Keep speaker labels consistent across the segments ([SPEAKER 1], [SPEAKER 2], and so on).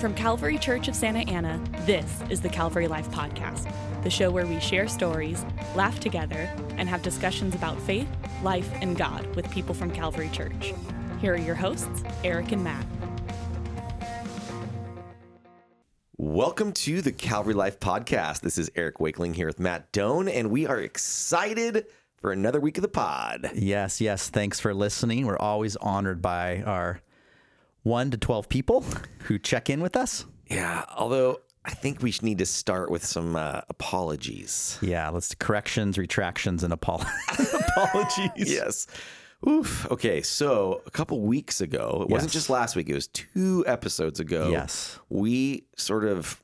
[SPEAKER 1] From Calvary Church of Santa Ana, this is the Calvary Life Podcast, the show where we share stories, laugh together, and have discussions about faith, life, and God with people from Calvary Church. Here are your hosts, Eric and Matt.
[SPEAKER 2] Welcome to the Calvary Life Podcast. This is Eric Wakeling here with Matt Doan, and we are excited for another week of the pod.
[SPEAKER 3] Yes, yes. Thanks for listening. We're always honored by our one to 12 people who check in with us.
[SPEAKER 2] Yeah, although I think we should need to start with some uh, apologies.
[SPEAKER 3] Yeah, let's do corrections, retractions, and apol- apologies.
[SPEAKER 2] Yes. Oof. Okay, so a couple weeks ago, it wasn't
[SPEAKER 3] Yes.
[SPEAKER 2] just last week, it was two episodes ago.
[SPEAKER 3] Yes.
[SPEAKER 2] We sort of,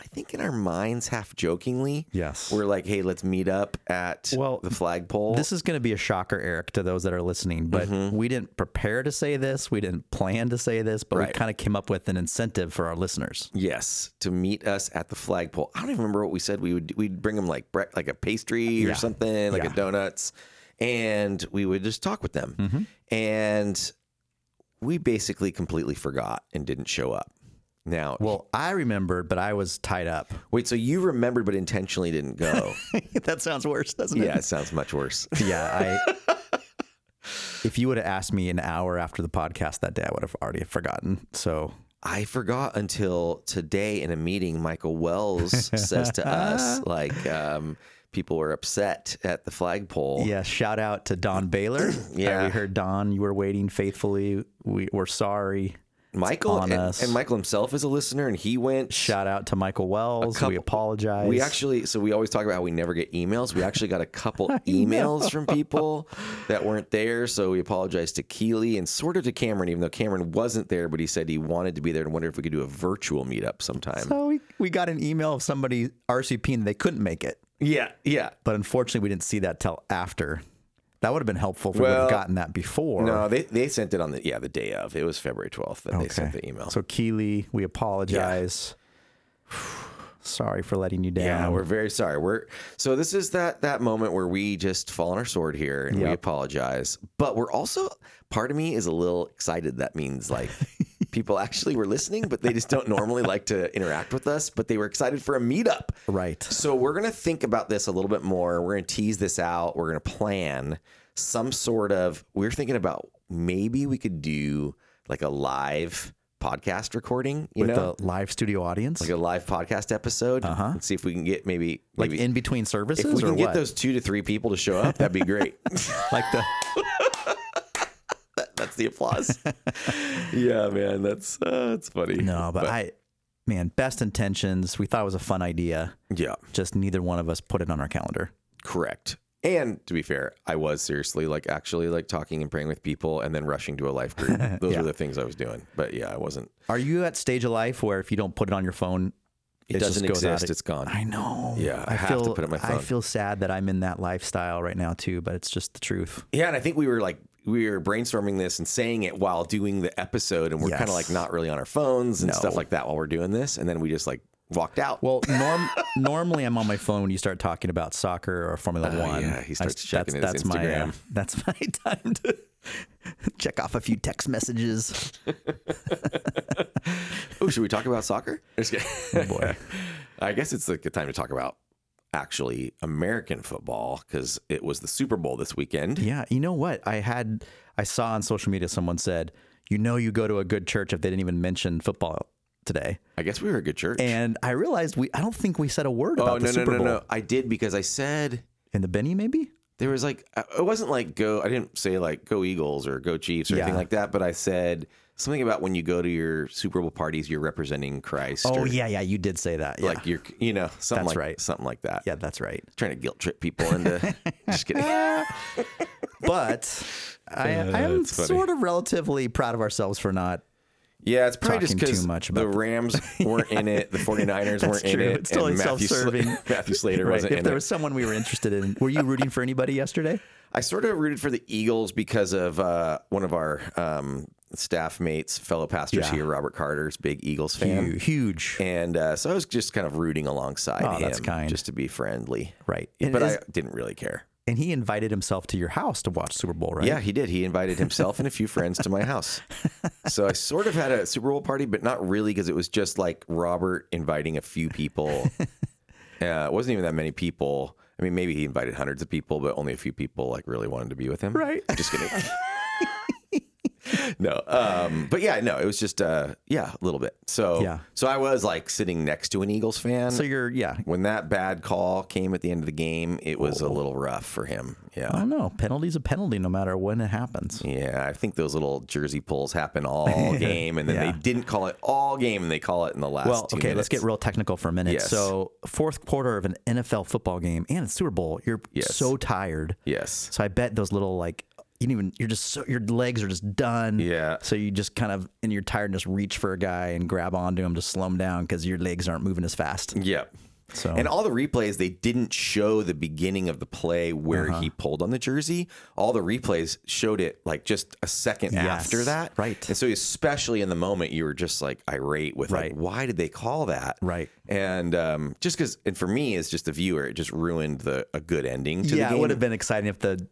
[SPEAKER 2] I think in our minds, half jokingly,
[SPEAKER 3] Yes.
[SPEAKER 2] we're like, hey, let's meet up at
[SPEAKER 3] Well,
[SPEAKER 2] the flagpole.
[SPEAKER 3] This is going to be a shocker, Eric, to those that are listening, but we didn't prepare to say this. We didn't plan to say this, but we
[SPEAKER 2] Right.
[SPEAKER 3] kind of came up with an incentive for our listeners.
[SPEAKER 2] Yes, to meet us at the flagpole. I don't even remember what we said. We would we'd bring them like bre- like a pastry or
[SPEAKER 3] Yeah.
[SPEAKER 2] something, like
[SPEAKER 3] Yeah.
[SPEAKER 2] a donuts, and we would just talk with them.
[SPEAKER 3] Mm-hmm.
[SPEAKER 2] And we basically completely forgot and didn't show up. Now,
[SPEAKER 3] Well, I remembered, but I was tied up.
[SPEAKER 2] wait, so you remembered but intentionally didn't go?
[SPEAKER 3] that sounds worse, doesn't
[SPEAKER 2] yeah, it sounds much worse.
[SPEAKER 3] Yeah, I. if you would have asked me an hour after the podcast that day, I would have already forgotten. So
[SPEAKER 2] I forgot until today in a meeting. Michael Wells says to us, like, um, people were upset at the flagpole.
[SPEAKER 3] yeah, shout out to Don Baylor.
[SPEAKER 2] Yeah.
[SPEAKER 3] Uh, we heard Don. You were waiting faithfully. We we're sorry.
[SPEAKER 2] Michael
[SPEAKER 3] on
[SPEAKER 2] and,
[SPEAKER 3] us.
[SPEAKER 2] and Michael himself is a listener, and he went.
[SPEAKER 3] Shout out to Michael Wells. we
[SPEAKER 2] couple-
[SPEAKER 3] apologize.
[SPEAKER 2] we actually, so we always talk about how we never get emails. We actually got a couple emails from people that weren't there, so we apologize to Keeley and sort of to Cameron, even though Cameron wasn't there, but he said he wanted to be there and wondered if we could do a virtual meetup sometime.
[SPEAKER 3] So we, we got an email of somebody RCP and they couldn't make it,
[SPEAKER 2] yeah, yeah.
[SPEAKER 3] but unfortunately we didn't see that till after. That would have been helpful if we would
[SPEAKER 2] Well,
[SPEAKER 3] have gotten that before.
[SPEAKER 2] No, they they sent it on the yeah the day of. It was February twelfth that they sent the email.
[SPEAKER 3] So Keely, we apologize. sorry for letting you down.
[SPEAKER 2] Yeah, we're very sorry. We're so this is that that moment where we just fall on our sword here and we
[SPEAKER 3] Yep.
[SPEAKER 2] apologize. But we're also part of me is a little excited. That means like people actually were listening, but they just don't normally like to interact with us. But they were excited for a meetup.
[SPEAKER 3] right.
[SPEAKER 2] So we're gonna think about this a little bit more. We're gonna tease this out. We're gonna plan some sort of. We're thinking about maybe we could do like a live podcast recording. You
[SPEAKER 3] with
[SPEAKER 2] know.
[SPEAKER 3] the live studio audience,
[SPEAKER 2] like a live podcast episode and see if we can get maybe
[SPEAKER 3] Uh-huh. like
[SPEAKER 2] maybe
[SPEAKER 3] in between services,
[SPEAKER 2] if we
[SPEAKER 3] or
[SPEAKER 2] can
[SPEAKER 3] what?
[SPEAKER 2] get those two to three people to show up, that'd be great.
[SPEAKER 3] like the
[SPEAKER 2] that's the applause. yeah, man, that's uh, that's funny.
[SPEAKER 3] no, but, I, man, best intentions. We thought it was a fun idea.
[SPEAKER 2] yeah,
[SPEAKER 3] Just neither one of us put it on our calendar.
[SPEAKER 2] correct. And to be fair, I was seriously like actually like talking and praying with people, and then rushing to a life group. Those were the things I was doing. But yeah, I wasn't.
[SPEAKER 3] Are you at stage of life where if you don't put it on your phone,
[SPEAKER 2] It,
[SPEAKER 3] just
[SPEAKER 2] doesn't
[SPEAKER 3] goes out
[SPEAKER 2] exist.
[SPEAKER 3] of-
[SPEAKER 2] It's gone.
[SPEAKER 3] I know.
[SPEAKER 2] Yeah, I have to
[SPEAKER 3] feel,
[SPEAKER 2] put it on my
[SPEAKER 3] I
[SPEAKER 2] phone.
[SPEAKER 3] feel sad that I'm in that lifestyle right now too, but it's just the truth.
[SPEAKER 2] Yeah, and I think we were like we were brainstorming this and saying it while doing the episode, and we're
[SPEAKER 3] Yes.
[SPEAKER 2] kind of like not really on our phones and stuff
[SPEAKER 3] No.
[SPEAKER 2] like that while we're doing this, and then we just like walked out.
[SPEAKER 3] Well, norm, normally I'm on my phone when you start talking about soccer or Formula One.
[SPEAKER 2] Ah, yeah, he
[SPEAKER 3] I-
[SPEAKER 2] starts checking his
[SPEAKER 3] My, uh,
[SPEAKER 2] Instagram.
[SPEAKER 3] that's my time to check off a few text messages.
[SPEAKER 2] oh, should we talk about soccer? Just kidding.
[SPEAKER 3] Oh boy.
[SPEAKER 2] I guess it's like the time to talk about actually American football because it was the Super Bowl this weekend.
[SPEAKER 3] Yeah, you know what? I had I saw on social media someone said, "You know, you go to a good church if they didn't even mention football today."
[SPEAKER 2] I guess we were a good church.
[SPEAKER 3] And I realized we I don't think we said a word
[SPEAKER 2] oh
[SPEAKER 3] about the
[SPEAKER 2] no no
[SPEAKER 3] Super
[SPEAKER 2] no
[SPEAKER 3] Bowl
[SPEAKER 2] no! I did because I said
[SPEAKER 3] and the Benny maybe.
[SPEAKER 2] there was like I- it wasn't like go. I didn't say like go Eagles or go Chiefs or anything
[SPEAKER 3] Yeah.
[SPEAKER 2] like that. But I said something about when you go to your Super Bowl parties, you're representing Christ.
[SPEAKER 3] Oh
[SPEAKER 2] or,
[SPEAKER 3] yeah, yeah, you did say that. Yeah.
[SPEAKER 2] like you're you know something
[SPEAKER 3] That's
[SPEAKER 2] like
[SPEAKER 3] right.
[SPEAKER 2] something like that.
[SPEAKER 3] yeah, that's right.
[SPEAKER 2] trying to guilt trip people into just kidding.
[SPEAKER 3] But I, I am
[SPEAKER 2] That's funny.
[SPEAKER 3] sort of relatively proud of ourselves for not
[SPEAKER 2] Yeah, it's probably just
[SPEAKER 3] Talking too
[SPEAKER 2] because
[SPEAKER 3] much
[SPEAKER 2] the
[SPEAKER 3] about-
[SPEAKER 2] Rams weren't in it, the 49ers weren't in
[SPEAKER 3] true.
[SPEAKER 2] it,
[SPEAKER 3] It's totally
[SPEAKER 2] Matthew, Sla-
[SPEAKER 3] self-serving.
[SPEAKER 2] Matthew Slater
[SPEAKER 3] Right.
[SPEAKER 2] wasn't
[SPEAKER 3] If
[SPEAKER 2] in
[SPEAKER 3] there
[SPEAKER 2] it.
[SPEAKER 3] was someone we were interested in, were you rooting for anybody yesterday?
[SPEAKER 2] I sort of rooted for the Eagles because of uh, one of our um, staff mates, fellow pastors
[SPEAKER 3] Yeah.
[SPEAKER 2] here, Robert Carter's big Eagles fan.
[SPEAKER 3] Huge, huge.
[SPEAKER 2] And uh, so I was just kind of rooting alongside
[SPEAKER 3] Oh,
[SPEAKER 2] him
[SPEAKER 3] that's kind.
[SPEAKER 2] just to be friendly.
[SPEAKER 3] Right.
[SPEAKER 2] but
[SPEAKER 3] It is-
[SPEAKER 2] I didn't really care.
[SPEAKER 3] and he invited himself to your house to watch Super Bowl, right?
[SPEAKER 2] Yeah, he did. He invited himself and a few friends to my house. So I sort of had a Super Bowl party, but not really because it was just like Robert inviting a few people. Uh, it wasn't even that many people. I mean, maybe he invited hundreds of people, but only a few people like really wanted to be with him.
[SPEAKER 3] Right.
[SPEAKER 2] Just kidding. no. Um, but yeah, no, it was just uh, yeah, a little bit. So
[SPEAKER 3] Yeah.
[SPEAKER 2] so I was like sitting next to an Eagles fan.
[SPEAKER 3] So you're yeah.
[SPEAKER 2] when that bad call came at the end of the game, it was
[SPEAKER 3] Oh.
[SPEAKER 2] a little rough for him. Yeah.
[SPEAKER 3] I don't know. Penalty's a penalty no matter when it happens.
[SPEAKER 2] Yeah, I think those little jersey pulls happen all game, and then
[SPEAKER 3] Yeah.
[SPEAKER 2] they didn't call it all game, and they call it in the last.
[SPEAKER 3] Well,
[SPEAKER 2] two
[SPEAKER 3] okay, let's get
[SPEAKER 2] minutes.
[SPEAKER 3] real technical for a minute.
[SPEAKER 2] Yes.
[SPEAKER 3] So, fourth quarter of an NFL football game and it's Super Bowl, you're
[SPEAKER 2] Yes.
[SPEAKER 3] so tired.
[SPEAKER 2] Yes.
[SPEAKER 3] So I bet those little like you didn't even you're just so your legs are just done.
[SPEAKER 2] Yeah.
[SPEAKER 3] So you just kind of in your tiredness reach for a guy and grab onto him to slow him down because your legs aren't moving as fast.
[SPEAKER 2] Yep.
[SPEAKER 3] So
[SPEAKER 2] And all the replays, they didn't show the beginning of the play where he
[SPEAKER 3] Uh-huh.
[SPEAKER 2] pulled on the jersey. All the replays showed it like just a second
[SPEAKER 3] Yes.
[SPEAKER 2] after that.
[SPEAKER 3] Right.
[SPEAKER 2] And so, especially in the moment, you were just like irate with,
[SPEAKER 3] Right.
[SPEAKER 2] like, why did they call that?
[SPEAKER 3] Right.
[SPEAKER 2] And um, just because, and for me, as just a viewer, it just ruined the a good ending to the
[SPEAKER 3] yeah,
[SPEAKER 2] game.
[SPEAKER 3] it would have been exciting if the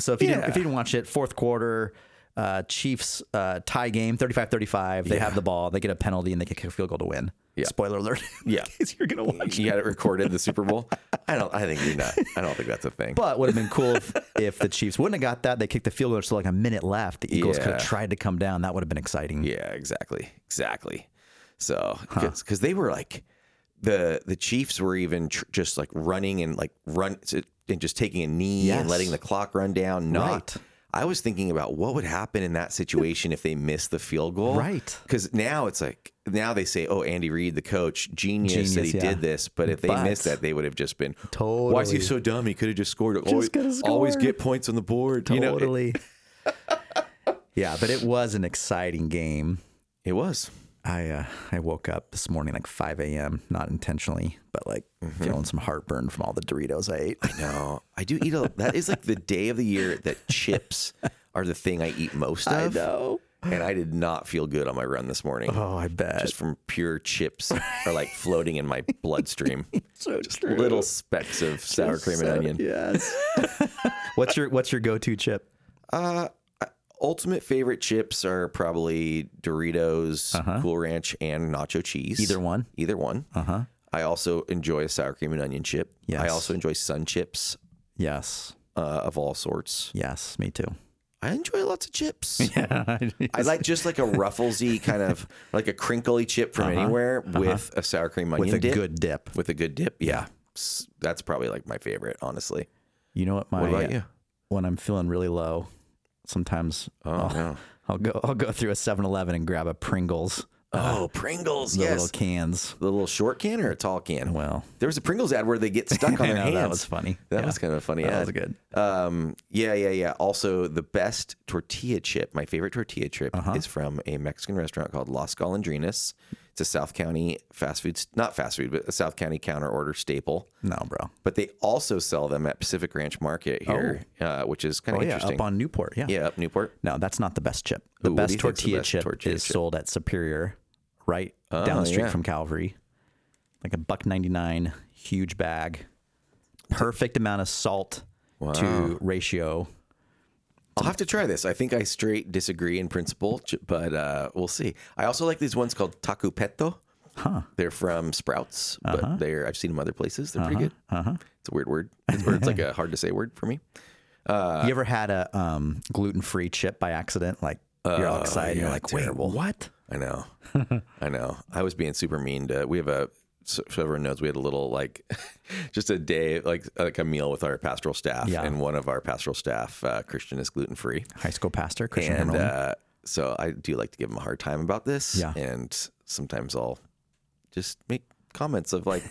[SPEAKER 3] so if you didn't,
[SPEAKER 2] Yeah.
[SPEAKER 3] if you didn't watch it fourth quarter. Uh, Chiefs uh, tie game 35-35. They have the ball. They get a penalty and they get a field goal to win.
[SPEAKER 2] Yeah.
[SPEAKER 3] Spoiler alert.
[SPEAKER 2] Yeah.
[SPEAKER 3] in case you're gonna watch.
[SPEAKER 2] you had it recorded the Super Bowl. I don't. I think you're not. I don't think that's a thing.
[SPEAKER 3] But would have been cool if, if the Chiefs wouldn't have got that. They kicked the field goal. There's still like a minute left. The Eagles could
[SPEAKER 2] Yeah.
[SPEAKER 3] have tried to come down. That would have been exciting.
[SPEAKER 2] yeah, exactly, exactly. So because they were like the the Chiefs were even tr- just like running and like run and just taking a knee and
[SPEAKER 3] Yes.
[SPEAKER 2] letting the clock run down. Not.
[SPEAKER 3] Right.
[SPEAKER 2] I was thinking about what would happen in that situation if they missed the field goal.
[SPEAKER 3] Right.
[SPEAKER 2] Because now it's like now they say, "Oh, Andy Reid, the coach, genius, that
[SPEAKER 3] Genius,
[SPEAKER 2] he
[SPEAKER 3] yeah.
[SPEAKER 2] did this." But if they
[SPEAKER 3] But-
[SPEAKER 2] missed that, they would have just been
[SPEAKER 3] Totally.
[SPEAKER 2] Why is he so dumb? He could have just scored. always,
[SPEAKER 3] coulda
[SPEAKER 2] always
[SPEAKER 3] scored."
[SPEAKER 2] get points on the board. You know, it-
[SPEAKER 3] totally. yeah, but it was an exciting game.
[SPEAKER 2] it was.
[SPEAKER 3] I uh, I woke up this morning like 5 a.m. not intentionally, but like
[SPEAKER 2] Mm-hmm.
[SPEAKER 3] feeling some heartburn from all the Doritos I ate.
[SPEAKER 2] No, I do eat a. That is like the day of the year that chips are the thing I eat most of.
[SPEAKER 3] know.
[SPEAKER 2] And I did not feel good on my run this morning,
[SPEAKER 3] Oh, I bet.
[SPEAKER 2] just from pure chips are like floating in my bloodstream.
[SPEAKER 3] so true.
[SPEAKER 2] Little specks of sour cream and onion.
[SPEAKER 3] Yes. what's your What's your go to chip?
[SPEAKER 2] Ultimate favorite chips are probably Doritos, Cool Ranch, and nacho cheese.
[SPEAKER 3] Uh-huh. Either one? Uh-huh.
[SPEAKER 2] Either one. Uh huh. I also enjoy a sour cream and onion chip. I
[SPEAKER 3] Yes.
[SPEAKER 2] also enjoy sun chips
[SPEAKER 3] Yes.
[SPEAKER 2] uh, of all sorts.
[SPEAKER 3] Yes. Me too.
[SPEAKER 2] I enjoy lots of chips.
[SPEAKER 3] Yeah.
[SPEAKER 2] I like just like a rufflesy kind of like a crinkly chip from anywhere with a sour cream onion
[SPEAKER 3] Uh-huh. with a
[SPEAKER 2] dip.
[SPEAKER 3] good dip.
[SPEAKER 2] with a good dip. Yeah, S- that's probably like my favorite, honestly.
[SPEAKER 3] You know what? My
[SPEAKER 2] What about you?
[SPEAKER 3] when I'm feeling really low, sometimes I'll,
[SPEAKER 2] Oh, no.
[SPEAKER 3] I'll go I'll go through a 7-Eleven and grab a Pringles, uh,
[SPEAKER 2] Oh, Pringles,
[SPEAKER 3] Uh-huh. the
[SPEAKER 2] yes.
[SPEAKER 3] little cans.
[SPEAKER 2] the little short can or a tall can?
[SPEAKER 3] Well,
[SPEAKER 2] There was a Pringles ad where they get stuck on
[SPEAKER 3] I
[SPEAKER 2] their
[SPEAKER 3] know,
[SPEAKER 2] hands.
[SPEAKER 3] that was funny.
[SPEAKER 2] That
[SPEAKER 3] Yeah.
[SPEAKER 2] was kind of a funny.
[SPEAKER 3] That
[SPEAKER 2] ad.
[SPEAKER 3] was good.
[SPEAKER 2] Um, yeah, yeah, yeah. Also, the best tortilla chip, my favorite tortilla chip,
[SPEAKER 3] Uh-huh.
[SPEAKER 2] is from a Mexican restaurant called Las Golondrinas. It's a South County fast food, not fast food, but a South County counter order staple.
[SPEAKER 3] No, bro.
[SPEAKER 2] But they also sell them at Pacific Ranch Market here, uh, which is kind of
[SPEAKER 3] Oh yeah,
[SPEAKER 2] interesting.
[SPEAKER 3] up on Newport. Yeah.
[SPEAKER 2] yeah, up Newport.
[SPEAKER 3] No, that's not the best chip. The
[SPEAKER 2] Ooh, what do
[SPEAKER 3] best
[SPEAKER 2] you think's the
[SPEAKER 3] tortilla
[SPEAKER 2] best
[SPEAKER 3] chip
[SPEAKER 2] tortilla
[SPEAKER 3] is
[SPEAKER 2] chip? Oh,
[SPEAKER 3] sold at Superior, right down the street
[SPEAKER 2] yeah.
[SPEAKER 3] from Calvary. Like a buck ninety nine, huge bag, perfect amount of salt to ratio.
[SPEAKER 2] I'll have to try this. I think I straight disagree in principle, ch- but uh, we'll see. I also like these ones called Taco Peto. Huh. They're from Sprouts, but they're I've seen them other places. They're pretty good. Uh-huh. It's a weird word. It's, weird. it's like a hard to say word for me. Uh,
[SPEAKER 3] you ever had a um, gluten free chip by accident? Like you're
[SPEAKER 2] Oh,
[SPEAKER 3] all excited, and you're like, wait, what?
[SPEAKER 2] I know. I know. I was being super mean to. We have a. So so everyone knows we had a little like, just a day like like a meal with our pastoral staff,
[SPEAKER 3] Yeah.
[SPEAKER 2] and one of our pastoral staff, uh, Christian, is gluten free,
[SPEAKER 3] High school pastor Christian
[SPEAKER 2] and
[SPEAKER 3] Hermelin.
[SPEAKER 2] uh, so I do like to give him a hard time about this,
[SPEAKER 3] Yeah.
[SPEAKER 2] and sometimes I'll just make comments of like,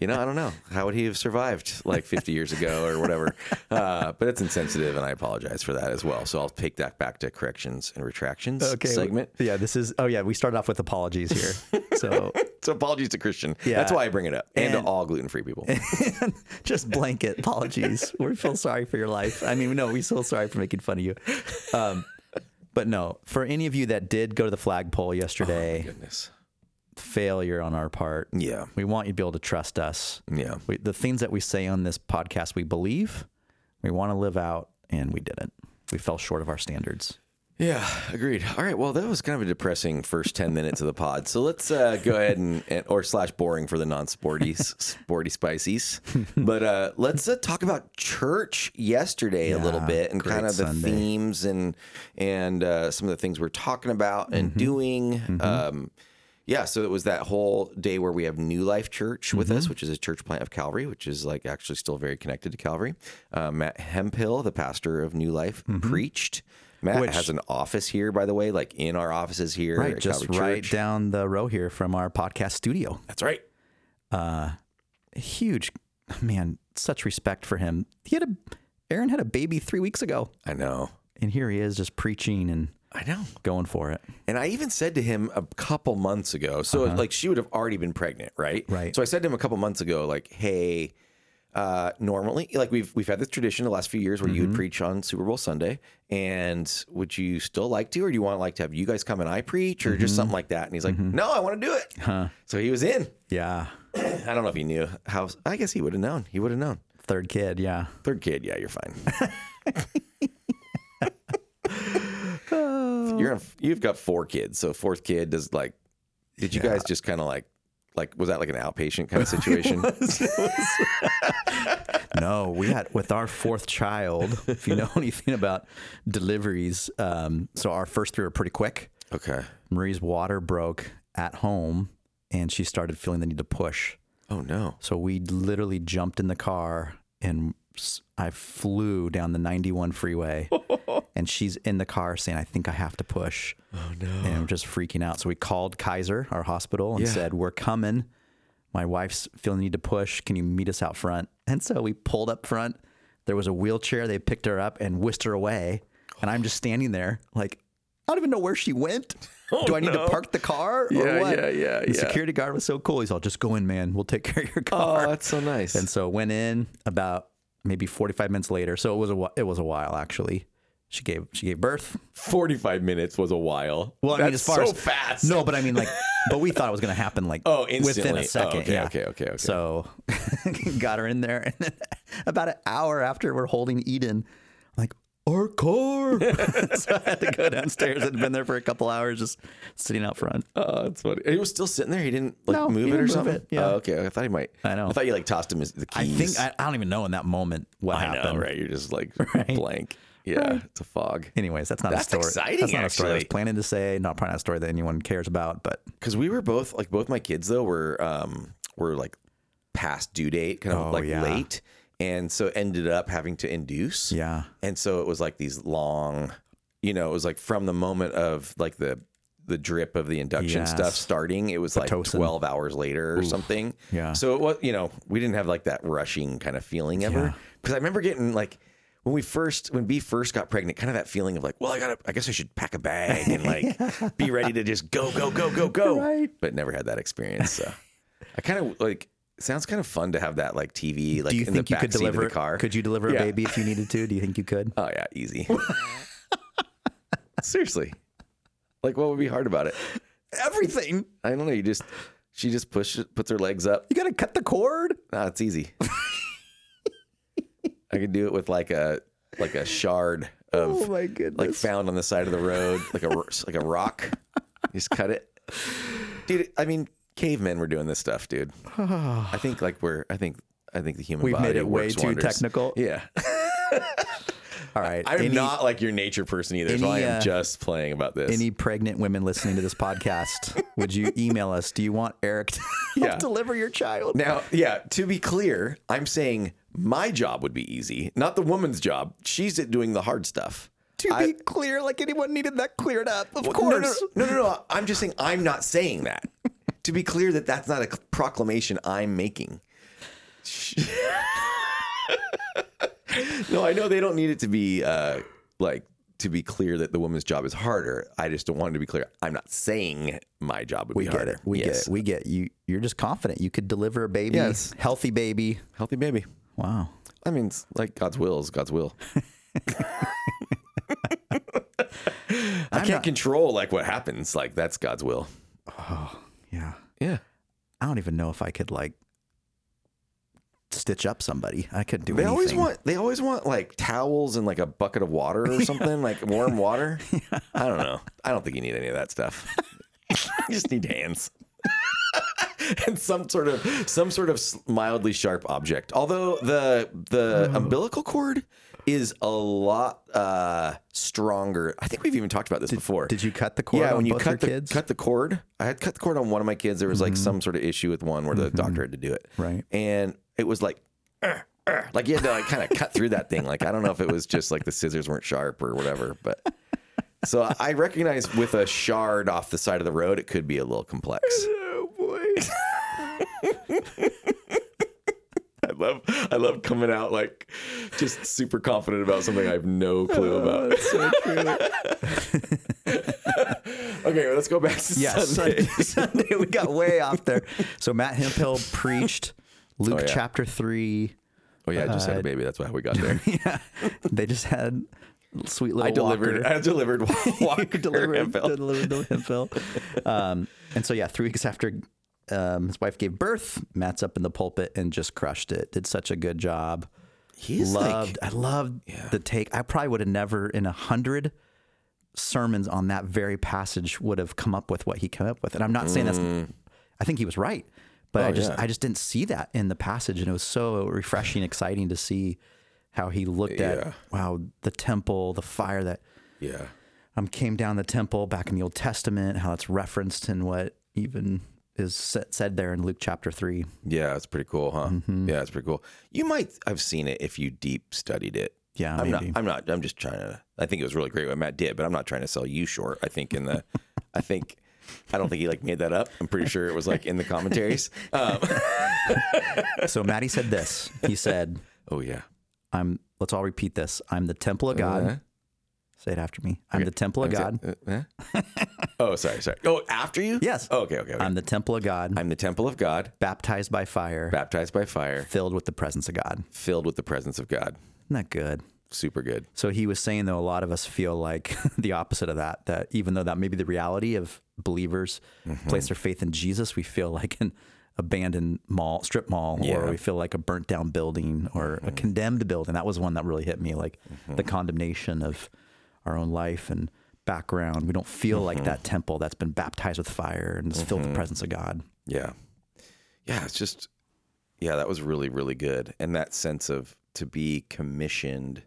[SPEAKER 2] you know, I don't know how would he have survived like 50 years ago or whatever, uh, but it's insensitive, and I apologize for that as well. So I'll take that back to corrections and retractions segment.
[SPEAKER 3] Yeah, this is. Oh yeah, we started off with apologies here. So
[SPEAKER 2] So apologies to Christian.
[SPEAKER 3] Yeah.
[SPEAKER 2] That's why I bring it up. And,
[SPEAKER 3] And-
[SPEAKER 2] to all gluten free people.
[SPEAKER 3] just blanket apologies. we feel sorry for your life. I mean, no, we feel sorry for making fun of you. Um, but no, for any of you that did go to the flagpole yesterday,
[SPEAKER 2] Oh, Goodness.
[SPEAKER 3] failure on our part.
[SPEAKER 2] Yeah.
[SPEAKER 3] We want you to be able to trust us.
[SPEAKER 2] Yeah.
[SPEAKER 3] We, the things that we say on this podcast, we believe. we want to live out, and we didn't. We fell short of our standards.
[SPEAKER 2] Yeah, agreed. All right. Well, that was kind of a depressing first 10 minutes of the pod. So let's uh, go ahead and, and, or slash boring for the non sporty, sporty spicies. But uh, let's uh, talk about church yesterday a little
[SPEAKER 3] Yeah,
[SPEAKER 2] bit and
[SPEAKER 3] great
[SPEAKER 2] kind of the
[SPEAKER 3] Sunday.
[SPEAKER 2] themes and, and uh, some of the things we're talking about and
[SPEAKER 3] Mm-hmm.
[SPEAKER 2] doing. Um, yeah. So it was that whole day where we have New Life Church with
[SPEAKER 3] Mm-hmm.
[SPEAKER 2] us, which is a church plant of Calvary, which is like actually still very connected to Calvary. Uh, Matt Hempill, the pastor of New Life, preached. Matt
[SPEAKER 3] Mm-hmm. Which-
[SPEAKER 2] has an office here, by the way, like in our offices here.
[SPEAKER 3] Right,
[SPEAKER 2] at
[SPEAKER 3] just
[SPEAKER 2] Calvary
[SPEAKER 3] right
[SPEAKER 2] Church.
[SPEAKER 3] down the row here from our podcast studio.
[SPEAKER 2] That's right.
[SPEAKER 3] Huge, man, such respect for him. He had a Aaron had a baby three weeks ago,
[SPEAKER 2] I know.
[SPEAKER 3] and here he is just preaching and
[SPEAKER 2] I know.
[SPEAKER 3] going for it.
[SPEAKER 2] And I even said to him a couple months ago, so like she would have already been pregnant, right?
[SPEAKER 3] Right.
[SPEAKER 2] So I said to him a couple months ago, like, hey, uh, normally, like we've we've had this tradition the last few years where you would preach on Super Bowl Sunday, and would you still like to, or do you want like to have you guys come and I preach, or just something like that? And he's like, no, I want to do it. So he was in.
[SPEAKER 3] Yeah,
[SPEAKER 2] I don't know if he knew how. I guess he would have known. He would have known.
[SPEAKER 3] third kid. Yeah,
[SPEAKER 2] Third kid, yeah, you're fine. you're on, you've got four kids, so fourth kid does like. Did you guys just kind of like, like was that like an outpatient kind of situation?
[SPEAKER 3] no, we had with our fourth child. If you know anything about deliveries, um, so our first three were pretty quick.
[SPEAKER 2] okay.
[SPEAKER 3] Marie's water broke at home, and she started feeling the need to push.
[SPEAKER 2] Oh no.
[SPEAKER 3] So we literally jumped in the car and s- I flew down the 91 freeway. and she's in the car saying, I think I have to push. Oh, no. And I'm just freaking out. So we called Kaiser, our hospital, and
[SPEAKER 2] Yeah.
[SPEAKER 3] said, We're coming. My wife's feeling the need to push. Can you meet us out front? And so we pulled up front. There was a wheelchair. They picked her up and whisked her away. And I'm just standing there, like, I don't even know where she went. Do I need to park the car? Or
[SPEAKER 2] Oh, Yeah,
[SPEAKER 3] what?
[SPEAKER 2] yeah, yeah,
[SPEAKER 3] The
[SPEAKER 2] yeah.
[SPEAKER 3] security guard was so cool. He's all, just go in, man. We'll take care of your car.
[SPEAKER 2] Oh, that's so nice.
[SPEAKER 3] And so went in about maybe 45 minutes later. So it was a whi- it was a while actually. She gave she gave birth.
[SPEAKER 2] Forty-five minutes was a while.
[SPEAKER 3] Well, I mean, as
[SPEAKER 2] That's
[SPEAKER 3] far
[SPEAKER 2] so
[SPEAKER 3] as
[SPEAKER 2] fast.
[SPEAKER 3] No, but I mean like, but we thought it was going to happen like
[SPEAKER 2] Oh,
[SPEAKER 3] within
[SPEAKER 2] instantly.
[SPEAKER 3] a
[SPEAKER 2] Oh,
[SPEAKER 3] second.
[SPEAKER 2] okay,
[SPEAKER 3] yeah.
[SPEAKER 2] okay, okay, okay.
[SPEAKER 3] So got her in there, and then about an hour after we're holding Eden, I'm like our car. so I had to go downstairs. I'd been there for a couple hours, just sitting out front.
[SPEAKER 2] Oh, that's funny. He was still sitting there. He didn't like
[SPEAKER 3] No,
[SPEAKER 2] move
[SPEAKER 3] he
[SPEAKER 2] it or
[SPEAKER 3] didn't move
[SPEAKER 2] something.
[SPEAKER 3] it, yeah.
[SPEAKER 2] Oh, okay. I thought he might.
[SPEAKER 3] I know.
[SPEAKER 2] I thought you like tossed him his, the
[SPEAKER 3] I
[SPEAKER 2] keys.
[SPEAKER 3] think I, I don't even know in that moment what
[SPEAKER 2] I know,
[SPEAKER 3] happened.
[SPEAKER 2] right? You're just like blank. Yeah, it's a fog.
[SPEAKER 3] Anyways, that's not
[SPEAKER 2] That's
[SPEAKER 3] a story.
[SPEAKER 2] exciting,
[SPEAKER 3] That's not a story I was
[SPEAKER 2] actually.
[SPEAKER 3] planning to say. Not probably not a story that anyone cares about, but
[SPEAKER 2] because we were both like both my kids though were um were like past due date kind of
[SPEAKER 3] Oh,
[SPEAKER 2] like
[SPEAKER 3] yeah.
[SPEAKER 2] late and so ended up having to induce
[SPEAKER 3] yeah,
[SPEAKER 2] and so it was like these long you know it was like from the moment of like the the drip of the induction
[SPEAKER 3] Yes.
[SPEAKER 2] stuff starting it was like
[SPEAKER 3] Pitocin.
[SPEAKER 2] 12 hours later or something
[SPEAKER 3] Yeah.
[SPEAKER 2] so it was you know we didn't have like that rushing kind of feeling ever because i remember getting like when we first when b first got pregnant kind of that feeling of like well i gotta i guess i should pack a bag and like be ready to just go go go go go
[SPEAKER 3] Right.
[SPEAKER 2] but never had that experience so i kind of like it sounds kind of fun to have that like tv like
[SPEAKER 3] Do you
[SPEAKER 2] in
[SPEAKER 3] think
[SPEAKER 2] the
[SPEAKER 3] you
[SPEAKER 2] back
[SPEAKER 3] could
[SPEAKER 2] seat of
[SPEAKER 3] deliver?
[SPEAKER 2] the car
[SPEAKER 3] Could you deliver
[SPEAKER 2] Yeah.
[SPEAKER 3] a baby if you needed to? Do you think you could?
[SPEAKER 2] Oh yeah, easy. Seriously. Like what would be hard about it?
[SPEAKER 3] Everything.
[SPEAKER 2] I don't know, you just she just pushes puts her legs up.
[SPEAKER 3] You got to cut the cord.
[SPEAKER 2] Nah, it's easy. I could do it with like a like a shard of
[SPEAKER 3] Oh my goodness.
[SPEAKER 2] like found on the side of the road, like a ro- like a rock. Just cut it. Dude, I mean, cavemen were doing this stuff, dude. I think like we're I think I think the human
[SPEAKER 3] We've
[SPEAKER 2] body
[SPEAKER 3] made it way
[SPEAKER 2] works
[SPEAKER 3] too
[SPEAKER 2] wonders.
[SPEAKER 3] technical.
[SPEAKER 2] Yeah.
[SPEAKER 3] All right.
[SPEAKER 2] I'm
[SPEAKER 3] any,
[SPEAKER 2] not like your nature person either, so I
[SPEAKER 3] any,
[SPEAKER 2] am
[SPEAKER 3] uh,
[SPEAKER 2] just playing about this.
[SPEAKER 3] Any pregnant women listening to this podcast, would you email us? Do you want Eric to help
[SPEAKER 2] Yeah.
[SPEAKER 3] deliver your child?
[SPEAKER 2] Now, yeah, to be clear, I'm saying my job would be easy, not the woman's job. She's doing the hard stuff.
[SPEAKER 3] to
[SPEAKER 2] I-
[SPEAKER 3] be clear, like anyone needed that cleared up. Of
[SPEAKER 2] No, no,
[SPEAKER 3] course.
[SPEAKER 2] No, no, no, no. I'm just saying I'm not saying that. to be clear, that that's not a proclamation I'm making. no, I know they don't need it to be uh, like to be clear that the woman's job is harder. I just don't want it to be clear. I'm not saying my job would
[SPEAKER 3] We
[SPEAKER 2] be
[SPEAKER 3] get
[SPEAKER 2] harder.
[SPEAKER 3] it. We
[SPEAKER 2] Yes.
[SPEAKER 3] get it. We get you. You're just confident. You could deliver a baby,
[SPEAKER 2] Yes.
[SPEAKER 3] healthy baby.
[SPEAKER 2] Healthy baby.
[SPEAKER 3] Wow.
[SPEAKER 2] I mean, it's like God's will is God's will. I can't control like what happens. Like that's God's will.
[SPEAKER 3] Yeah.
[SPEAKER 2] Yeah.
[SPEAKER 3] I don't even know if I could like stitch up somebody. I couldn't do
[SPEAKER 2] They
[SPEAKER 3] anything.
[SPEAKER 2] always want they always want like towels and like a bucket of water or something, like warm water. I don't know. I don't think you need any of that stuff. you just need hands. and some sort of some sort of mildly sharp object. Although the the
[SPEAKER 3] Oh.
[SPEAKER 2] umbilical cord is a lot uh stronger. I think we've even talked about this before.
[SPEAKER 3] Did you cut the cord
[SPEAKER 2] yeah,
[SPEAKER 3] on
[SPEAKER 2] when you
[SPEAKER 3] both
[SPEAKER 2] cut
[SPEAKER 3] your
[SPEAKER 2] the
[SPEAKER 3] kids?
[SPEAKER 2] cut the cord, I had cut the cord on one of my kids. There was like some sort of issue with one where the doctor had to do it.
[SPEAKER 3] Right.
[SPEAKER 2] and it was like. "Ugh, ugh." Like you had to like kind of cut through that thing. Like I don't know if it was just like the scissors weren't sharp or whatever, but so I recognize with a shard off the side of the road, it could be a little complex.
[SPEAKER 3] Oh boy.
[SPEAKER 2] I love I love coming out like just super confident about something I have no clue about. okay, let's go back to
[SPEAKER 3] Yeah,
[SPEAKER 2] Sunday.
[SPEAKER 3] Sunday. Sunday we got way off there. So Matt Hemphill preached Luke
[SPEAKER 2] yeah.
[SPEAKER 3] chapter three.
[SPEAKER 2] Oh yeah, I just had a baby. That's why we got there.
[SPEAKER 3] Yeah, they just had sweet little.
[SPEAKER 2] I delivered.
[SPEAKER 3] Walker.
[SPEAKER 2] I delivered. Walker
[SPEAKER 3] delivered,
[SPEAKER 2] Hemphill.
[SPEAKER 3] delivered to Hemphill. um, and so yeah, three weeks after um, his wife gave birth, Matt's up in the pulpit and just crushed it. Did such a good job.
[SPEAKER 2] He's
[SPEAKER 3] loved. I loved the take. I probably would have never in a hundred sermons on that very passage would have come up with what he came up with. And I'm not saying that's. I think he was right, but I just
[SPEAKER 2] Mm. Oh, yeah.
[SPEAKER 3] I just didn't see that in the passage, and it was so refreshing, exciting to see how he looked
[SPEAKER 2] Yeah.
[SPEAKER 3] at wow the temple, the fire that
[SPEAKER 2] yeah.
[SPEAKER 3] um, came down the temple back in the Old Testament, how it's referenced and what even is sa- said there in Luke chapter 3.
[SPEAKER 2] Yeah, it's pretty cool, huh?
[SPEAKER 3] Mm-hmm.
[SPEAKER 2] Yeah, it's pretty cool. You might have seen it if you deep studied it.
[SPEAKER 3] Yeah,
[SPEAKER 2] I'm
[SPEAKER 3] maybe.
[SPEAKER 2] not. I'm not. I'm just trying to. I think it was really great what Matt did, but I'm not trying to sell you short. I think in the, I think, I don't think he like made that up. I'm pretty sure it was like in the commentaries. Um,
[SPEAKER 3] So Maddie said this. He said,
[SPEAKER 2] oh yeah,
[SPEAKER 3] I'm let's all repeat this. I'm the temple of God.
[SPEAKER 2] Uh-huh.
[SPEAKER 3] Say it after me. I'm the temple of God.
[SPEAKER 2] Uh, huh? oh, sorry, sorry. Oh, after you?
[SPEAKER 3] Yes. Um,
[SPEAKER 2] Oh, okay, okay. okay. I'm,
[SPEAKER 3] I'm the temple of God,
[SPEAKER 2] the temple of God,
[SPEAKER 3] baptized by fire,
[SPEAKER 2] baptized by fire,
[SPEAKER 3] filled with the presence of God.
[SPEAKER 2] filled with the presence of God.
[SPEAKER 3] Isn't that good?
[SPEAKER 2] Super good.
[SPEAKER 3] So he was saying though, a lot of us feel like the opposite of that. That even though that may be the reality of believers
[SPEAKER 2] Mm-hmm.
[SPEAKER 3] place their faith in Jesus, we feel like an abandoned mall, strip mall, or
[SPEAKER 2] Yeah. Mm-hmm.
[SPEAKER 3] we feel like a burnt down building or a condemned building. That was one that really hit me, like the condemnation of our own life and background. We don't feel
[SPEAKER 2] Mm-hmm.
[SPEAKER 3] like that temple that's been baptized with fire and is filled with the presence of God.
[SPEAKER 2] Yeah. Yeah, it's just yeah, that was really really good. And that sense of to be commissioned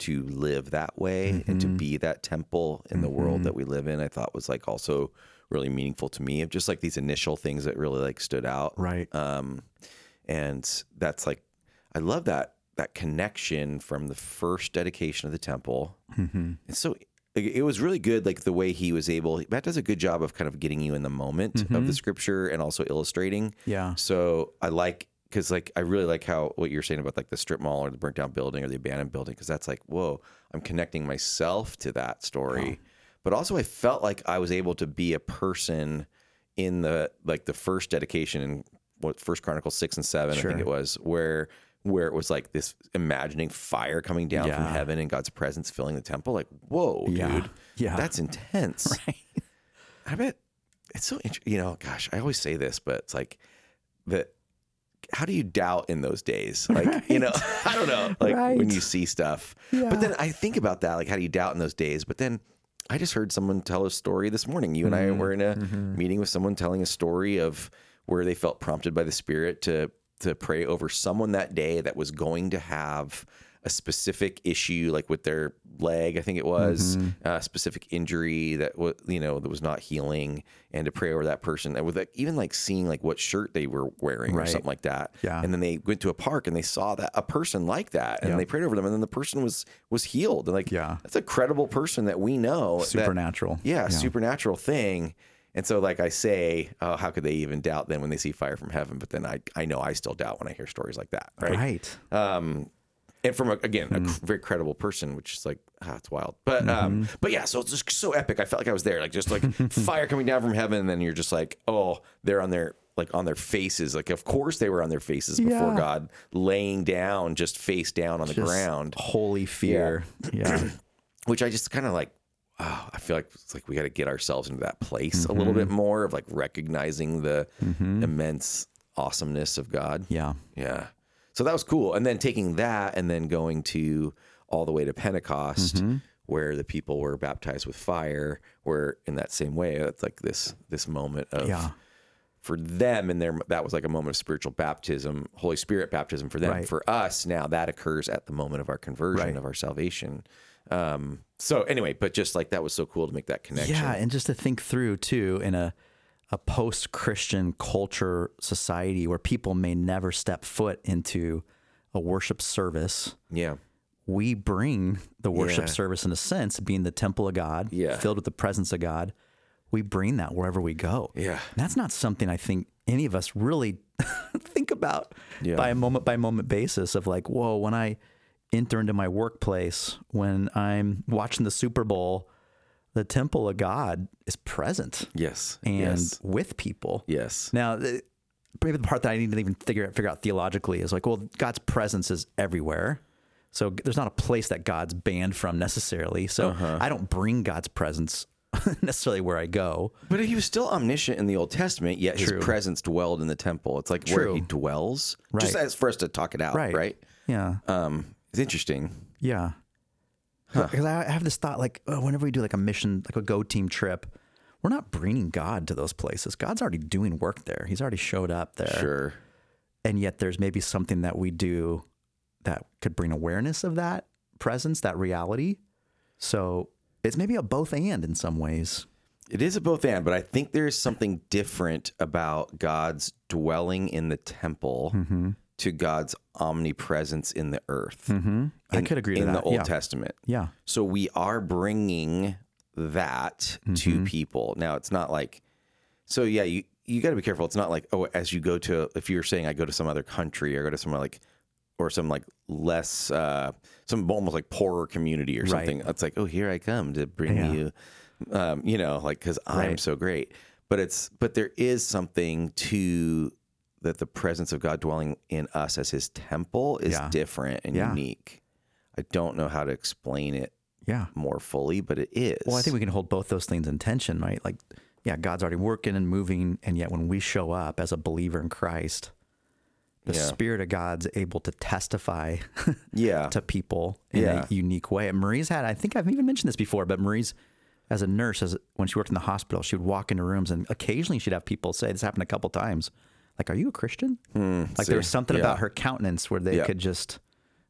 [SPEAKER 2] to live that way and to be that temple in the world that we live in, I thought was like also really meaningful to me of just like these initial things that really like stood out.
[SPEAKER 3] Right.
[SPEAKER 2] Um and that's like I love that that connection from the first dedication of the temple. It's so like, it was really good, like the way he was able. Matt does a good job of kind of getting you in the moment of the scripture and also illustrating.
[SPEAKER 3] Yeah.
[SPEAKER 2] So I like because like I really like how what you're saying about like the strip mall or the burnt down building or the abandoned building because that's like whoa, I'm connecting myself to that story, but also I felt like I was able to be a person in the like the first dedication in what First Chronicles six and seven I think it was where where it was like this imagining fire coming down from
[SPEAKER 3] Yeah.
[SPEAKER 2] heaven and God's presence filling the temple like whoa
[SPEAKER 3] Yeah.
[SPEAKER 2] dude
[SPEAKER 3] Yeah.
[SPEAKER 2] that's intense I bet it's so interesting. You know, gosh, I always say this, but it's like the how do you doubt in those days? Like, you know, I don't know. Like when
[SPEAKER 3] Right.
[SPEAKER 2] you see stuff. But then I think about that, like how do you doubt in those days? But then I just heard someone tell a story this morning. You and I
[SPEAKER 3] Mm-hmm.
[SPEAKER 2] were in a meeting with someone telling a story of where they felt prompted by the spirit to to pray over someone that day that was going to have a specific issue like with their leg i think it was
[SPEAKER 3] Mm-hmm.
[SPEAKER 2] a specific injury that was you know that was not healing and to pray over that person and with like, even like seeing like what shirt they were wearing or
[SPEAKER 3] Right.
[SPEAKER 2] something like that
[SPEAKER 3] Yeah.
[SPEAKER 2] and then they went to a park and they saw that a person like that and
[SPEAKER 3] Yeah.
[SPEAKER 2] they prayed over them and then the person was was healed and like
[SPEAKER 3] Yeah.
[SPEAKER 2] that's a credible person that we know that-
[SPEAKER 3] Supernatural.
[SPEAKER 2] yeah, supernatural thing. And so, like I say, oh, how could they even doubt then when they see fire from heaven? But then I, I know I still doubt when I hear stories like that, right?
[SPEAKER 3] Right.
[SPEAKER 2] And from a, again a cr- very credible person, which is like ah, it's wild. But um, but yeah, so it's just so epic. I felt like I was there, like just like fire coming down from heaven, and then you're just like, oh, they're on their like on their faces. Like of course they were on their faces before
[SPEAKER 3] Yeah.
[SPEAKER 2] God, laying down just face down on the ground.
[SPEAKER 3] Holy fear. yeah.
[SPEAKER 2] which I just kind of like. Oh, I feel like it's like we got to get ourselves into that place a little bit more of like recognizing the immense awesomeness of God.
[SPEAKER 3] yeah.
[SPEAKER 2] Yeah. So that was cool. And then taking that and then going to all the way to Pentecost,
[SPEAKER 3] Mm-hmm.
[SPEAKER 2] where the people were baptized with fire, where in that same way, it's like this this moment of
[SPEAKER 3] Yeah.
[SPEAKER 2] for them and their that was like a moment of spiritual baptism, Holy Spirit baptism for them.
[SPEAKER 3] Right.
[SPEAKER 2] For us now, that occurs at the moment of our conversion
[SPEAKER 3] Right.
[SPEAKER 2] of our salvation. Um, so anyway, but just like that was so cool to make that connection.
[SPEAKER 3] Yeah, and just to think through too in a a post-Christian culture society where people may never step foot into a worship service,
[SPEAKER 2] yeah.
[SPEAKER 3] we bring the worship
[SPEAKER 2] Yeah.
[SPEAKER 3] service in a sense being the temple of God,
[SPEAKER 2] Yeah.
[SPEAKER 3] filled with the presence of God. We bring that wherever we go.
[SPEAKER 2] Yeah.
[SPEAKER 3] And that's not something I think any of us really think about by a moment by moment basis of like, whoa, when I enter into my workplace, when I'm watching the Super Bowl, the temple of God is present
[SPEAKER 2] Yes.
[SPEAKER 3] and
[SPEAKER 2] yes.
[SPEAKER 3] with people.
[SPEAKER 2] Yes.
[SPEAKER 3] Now, the, maybe the part that I need to even figure out, figure out theologically is like, well, God's presence is everywhere. So there's not a place that God's banned from necessarily. So
[SPEAKER 2] Uh-huh.
[SPEAKER 3] I don't bring God's presence necessarily where I go.
[SPEAKER 2] But he was still omniscient in the Old Testament, yet
[SPEAKER 3] True.
[SPEAKER 2] his presence dwelled in the temple. It's like where
[SPEAKER 3] True.
[SPEAKER 2] he dwells. Just
[SPEAKER 3] Right.
[SPEAKER 2] as for us to talk it out, right?
[SPEAKER 3] Yeah.
[SPEAKER 2] Um, it's interesting.
[SPEAKER 3] Yeah. Because I have this thought like, oh, whenever we do like a mission, like a go team trip, we're not bringing God to those places. God's already doing work there. He's already showed up there.
[SPEAKER 2] Sure.
[SPEAKER 3] And yet there's maybe something that we do that could bring awareness of that presence, that reality. So it's maybe a both and in some ways.
[SPEAKER 2] It is a both and, but I think there's something different about God's dwelling in the temple
[SPEAKER 3] Mm-hmm.
[SPEAKER 2] to God's omnipresence in the earth.
[SPEAKER 3] Hmm? I
[SPEAKER 2] in-
[SPEAKER 3] could agree to
[SPEAKER 2] in the
[SPEAKER 3] that.
[SPEAKER 2] Old
[SPEAKER 3] Yeah.
[SPEAKER 2] Testament.
[SPEAKER 3] Yeah.
[SPEAKER 2] So we are bringing that
[SPEAKER 3] Mm-hmm.
[SPEAKER 2] to people. Now it's not like so yeah, you you got to be careful. It's not like oh as you go to if you're saying I go to some other country or go to some like or some like less uh some almost like poorer community or something. It's like oh here I come to bring
[SPEAKER 3] Yeah.
[SPEAKER 2] you um you know like cuz I'm
[SPEAKER 3] Right.
[SPEAKER 2] so great. But it's but there is something to that the presence of God dwelling in us as his temple is
[SPEAKER 3] Yeah.
[SPEAKER 2] different and
[SPEAKER 3] Yeah.
[SPEAKER 2] unique. I don't know how to explain it
[SPEAKER 3] Yeah.
[SPEAKER 2] more fully, but it is.
[SPEAKER 3] Well, I think we can hold both those things in tension, right? Like, yeah, God's already working and moving, and yet when we show up as a believer in Christ, the
[SPEAKER 2] Yeah.
[SPEAKER 3] Spirit of God's able to testify
[SPEAKER 2] yeah,
[SPEAKER 3] to people in
[SPEAKER 2] Yeah.
[SPEAKER 3] a unique way. And Marie's had, I think I've even mentioned this before, but Marie's, as a nurse, as when she worked in the hospital, she would walk into rooms, and occasionally she'd have people say, "This happened a couple times." Like, are you a Christian? like there was something
[SPEAKER 2] Hmm, Yeah.
[SPEAKER 3] about her countenance where they
[SPEAKER 2] Yeah.
[SPEAKER 3] could just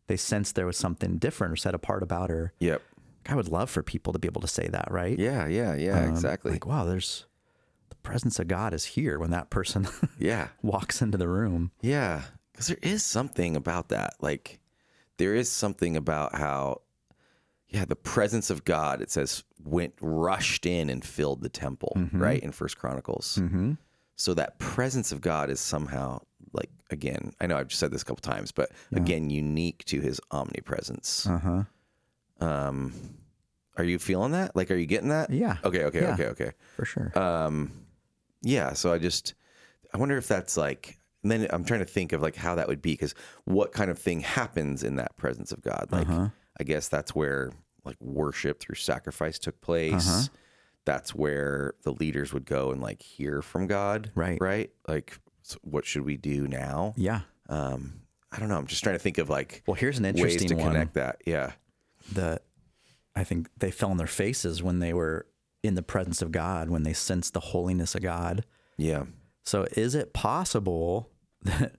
[SPEAKER 3] they sensed there was something different or set apart about her.
[SPEAKER 2] yep,
[SPEAKER 3] I would love for people to be able to say that, right?
[SPEAKER 2] yeah, yeah, yeah,
[SPEAKER 3] Um,
[SPEAKER 2] exactly.
[SPEAKER 3] Like, wow, there's the presence of God is here when that person
[SPEAKER 2] yeah,
[SPEAKER 3] walks into the room.
[SPEAKER 2] yeah, because there is something about that. Like, there is something about how, yeah, the presence of God. It says went rushed in and filled the temple, right in First Chronicles.
[SPEAKER 3] Mm-hmm.
[SPEAKER 2] So that presence of God is somehow like again. I know I've just said this a couple times, but again, unique to His omnipresence.
[SPEAKER 3] Uh huh.
[SPEAKER 2] Um, are you feeling that? Like, are you getting that?
[SPEAKER 3] Yeah.
[SPEAKER 2] Okay. Okay.
[SPEAKER 3] Yeah.
[SPEAKER 2] Okay. Okay.
[SPEAKER 3] For sure.
[SPEAKER 2] um yeah so i just i wonder if that's like and then i'm trying to think of like how that would be because what kind of thing happens in that presence of god like
[SPEAKER 3] Uh-huh.
[SPEAKER 2] i guess that's where like worship through sacrifice took place
[SPEAKER 3] Uh-huh.
[SPEAKER 2] that's where the leaders would go and like hear from god
[SPEAKER 3] Right.
[SPEAKER 2] right like so what should we do now
[SPEAKER 3] yeah.
[SPEAKER 2] um i don't know i'm just trying to think of like
[SPEAKER 3] Well, here's an
[SPEAKER 2] ways
[SPEAKER 3] interesting
[SPEAKER 2] to
[SPEAKER 3] one.
[SPEAKER 2] connect that yeah
[SPEAKER 3] the I think they fell on their faces when they were in the presence of God, when they sensed the holiness of God.
[SPEAKER 2] yeah
[SPEAKER 3] So is it possible that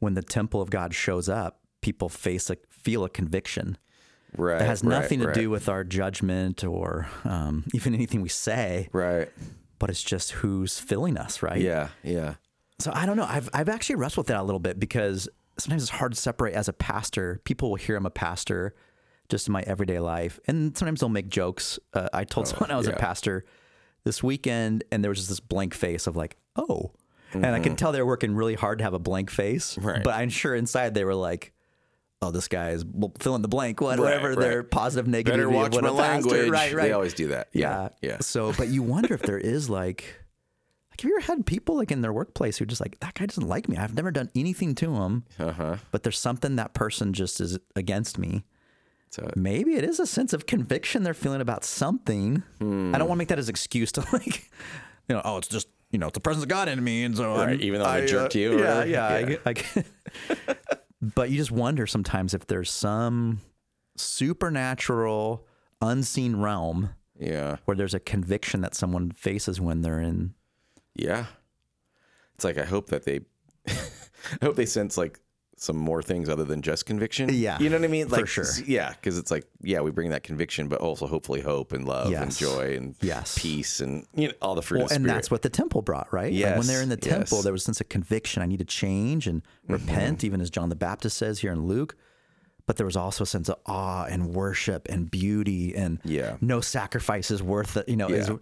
[SPEAKER 3] when the temple of God shows up, people face a feel a conviction
[SPEAKER 2] right
[SPEAKER 3] that has
[SPEAKER 2] right,
[SPEAKER 3] nothing
[SPEAKER 2] right,
[SPEAKER 3] to do with our judgment or um, even anything we say,
[SPEAKER 2] right
[SPEAKER 3] but it's just who's filling us, right?
[SPEAKER 2] yeah yeah
[SPEAKER 3] So I don't know. I've I've actually wrestled with that a little bit because sometimes it's hard to separate as a pastor. People will hear I'm a pastor just in my everyday life, and sometimes they'll make jokes. Uh, I told someone I was a
[SPEAKER 2] Oh, yeah.
[SPEAKER 3] pastor this weekend, and there was just this blank face of like, oh, and I could tell they were working really hard to have a blank face,
[SPEAKER 2] Mm-hmm. Right.
[SPEAKER 3] but I'm sure inside they were like. Oh, this guy is bl- fill in the blank, what- whatever
[SPEAKER 2] right.
[SPEAKER 3] their positive, negative.
[SPEAKER 2] better
[SPEAKER 3] view of
[SPEAKER 2] watch
[SPEAKER 3] what
[SPEAKER 2] my
[SPEAKER 3] a pastor-
[SPEAKER 2] language
[SPEAKER 3] Right, right.
[SPEAKER 2] they always do that yeah yeah
[SPEAKER 3] So, but you wonder if there is like, like have you ever had people like in their workplace who just like that guy doesn't like me. I've never done anything to him,
[SPEAKER 2] Uh-huh.
[SPEAKER 3] but there's something that person just is against me.
[SPEAKER 2] So-
[SPEAKER 3] Maybe it is a sense of conviction they're feeling about something.
[SPEAKER 2] Hmm.
[SPEAKER 3] I don't want to make that as excuse to like, you know, oh, it's just you know, it's the presence of God in me, and so
[SPEAKER 2] Right,
[SPEAKER 3] I'm-
[SPEAKER 2] even though
[SPEAKER 3] I, uh,
[SPEAKER 2] they jerked you or
[SPEAKER 3] yeah,
[SPEAKER 2] whatever.
[SPEAKER 3] yeah, I
[SPEAKER 2] Yeah.
[SPEAKER 3] get- I get- But you just wonder sometimes if there's some supernatural, unseen realm
[SPEAKER 2] Yeah.
[SPEAKER 3] where there's a conviction that someone faces when they're in.
[SPEAKER 2] Yeah. It's like I hope that they I hope they sense like some more things other than just conviction.
[SPEAKER 3] Yeah,
[SPEAKER 2] You know what I mean?
[SPEAKER 3] for
[SPEAKER 2] Like
[SPEAKER 3] sure.
[SPEAKER 2] s- Yeah, cuz it's like yeah, we bring that conviction but also hopefully hope and love and
[SPEAKER 3] Yes.
[SPEAKER 2] joy and
[SPEAKER 3] Yes.
[SPEAKER 2] peace and you know all the fruit
[SPEAKER 3] Well,
[SPEAKER 2] of the
[SPEAKER 3] and
[SPEAKER 2] spirit.
[SPEAKER 3] that's what the temple brought, right? Like
[SPEAKER 2] Yes,
[SPEAKER 3] when they're in the temple,
[SPEAKER 2] yes. Mm-hmm.
[SPEAKER 3] there was a sense of conviction. I need to change and repent, even as John the Baptist says here in Luke. But there was also a sense of awe and worship and beauty and
[SPEAKER 2] Yeah.
[SPEAKER 3] no sacrifice is worth it. You know, is
[SPEAKER 2] Yeah.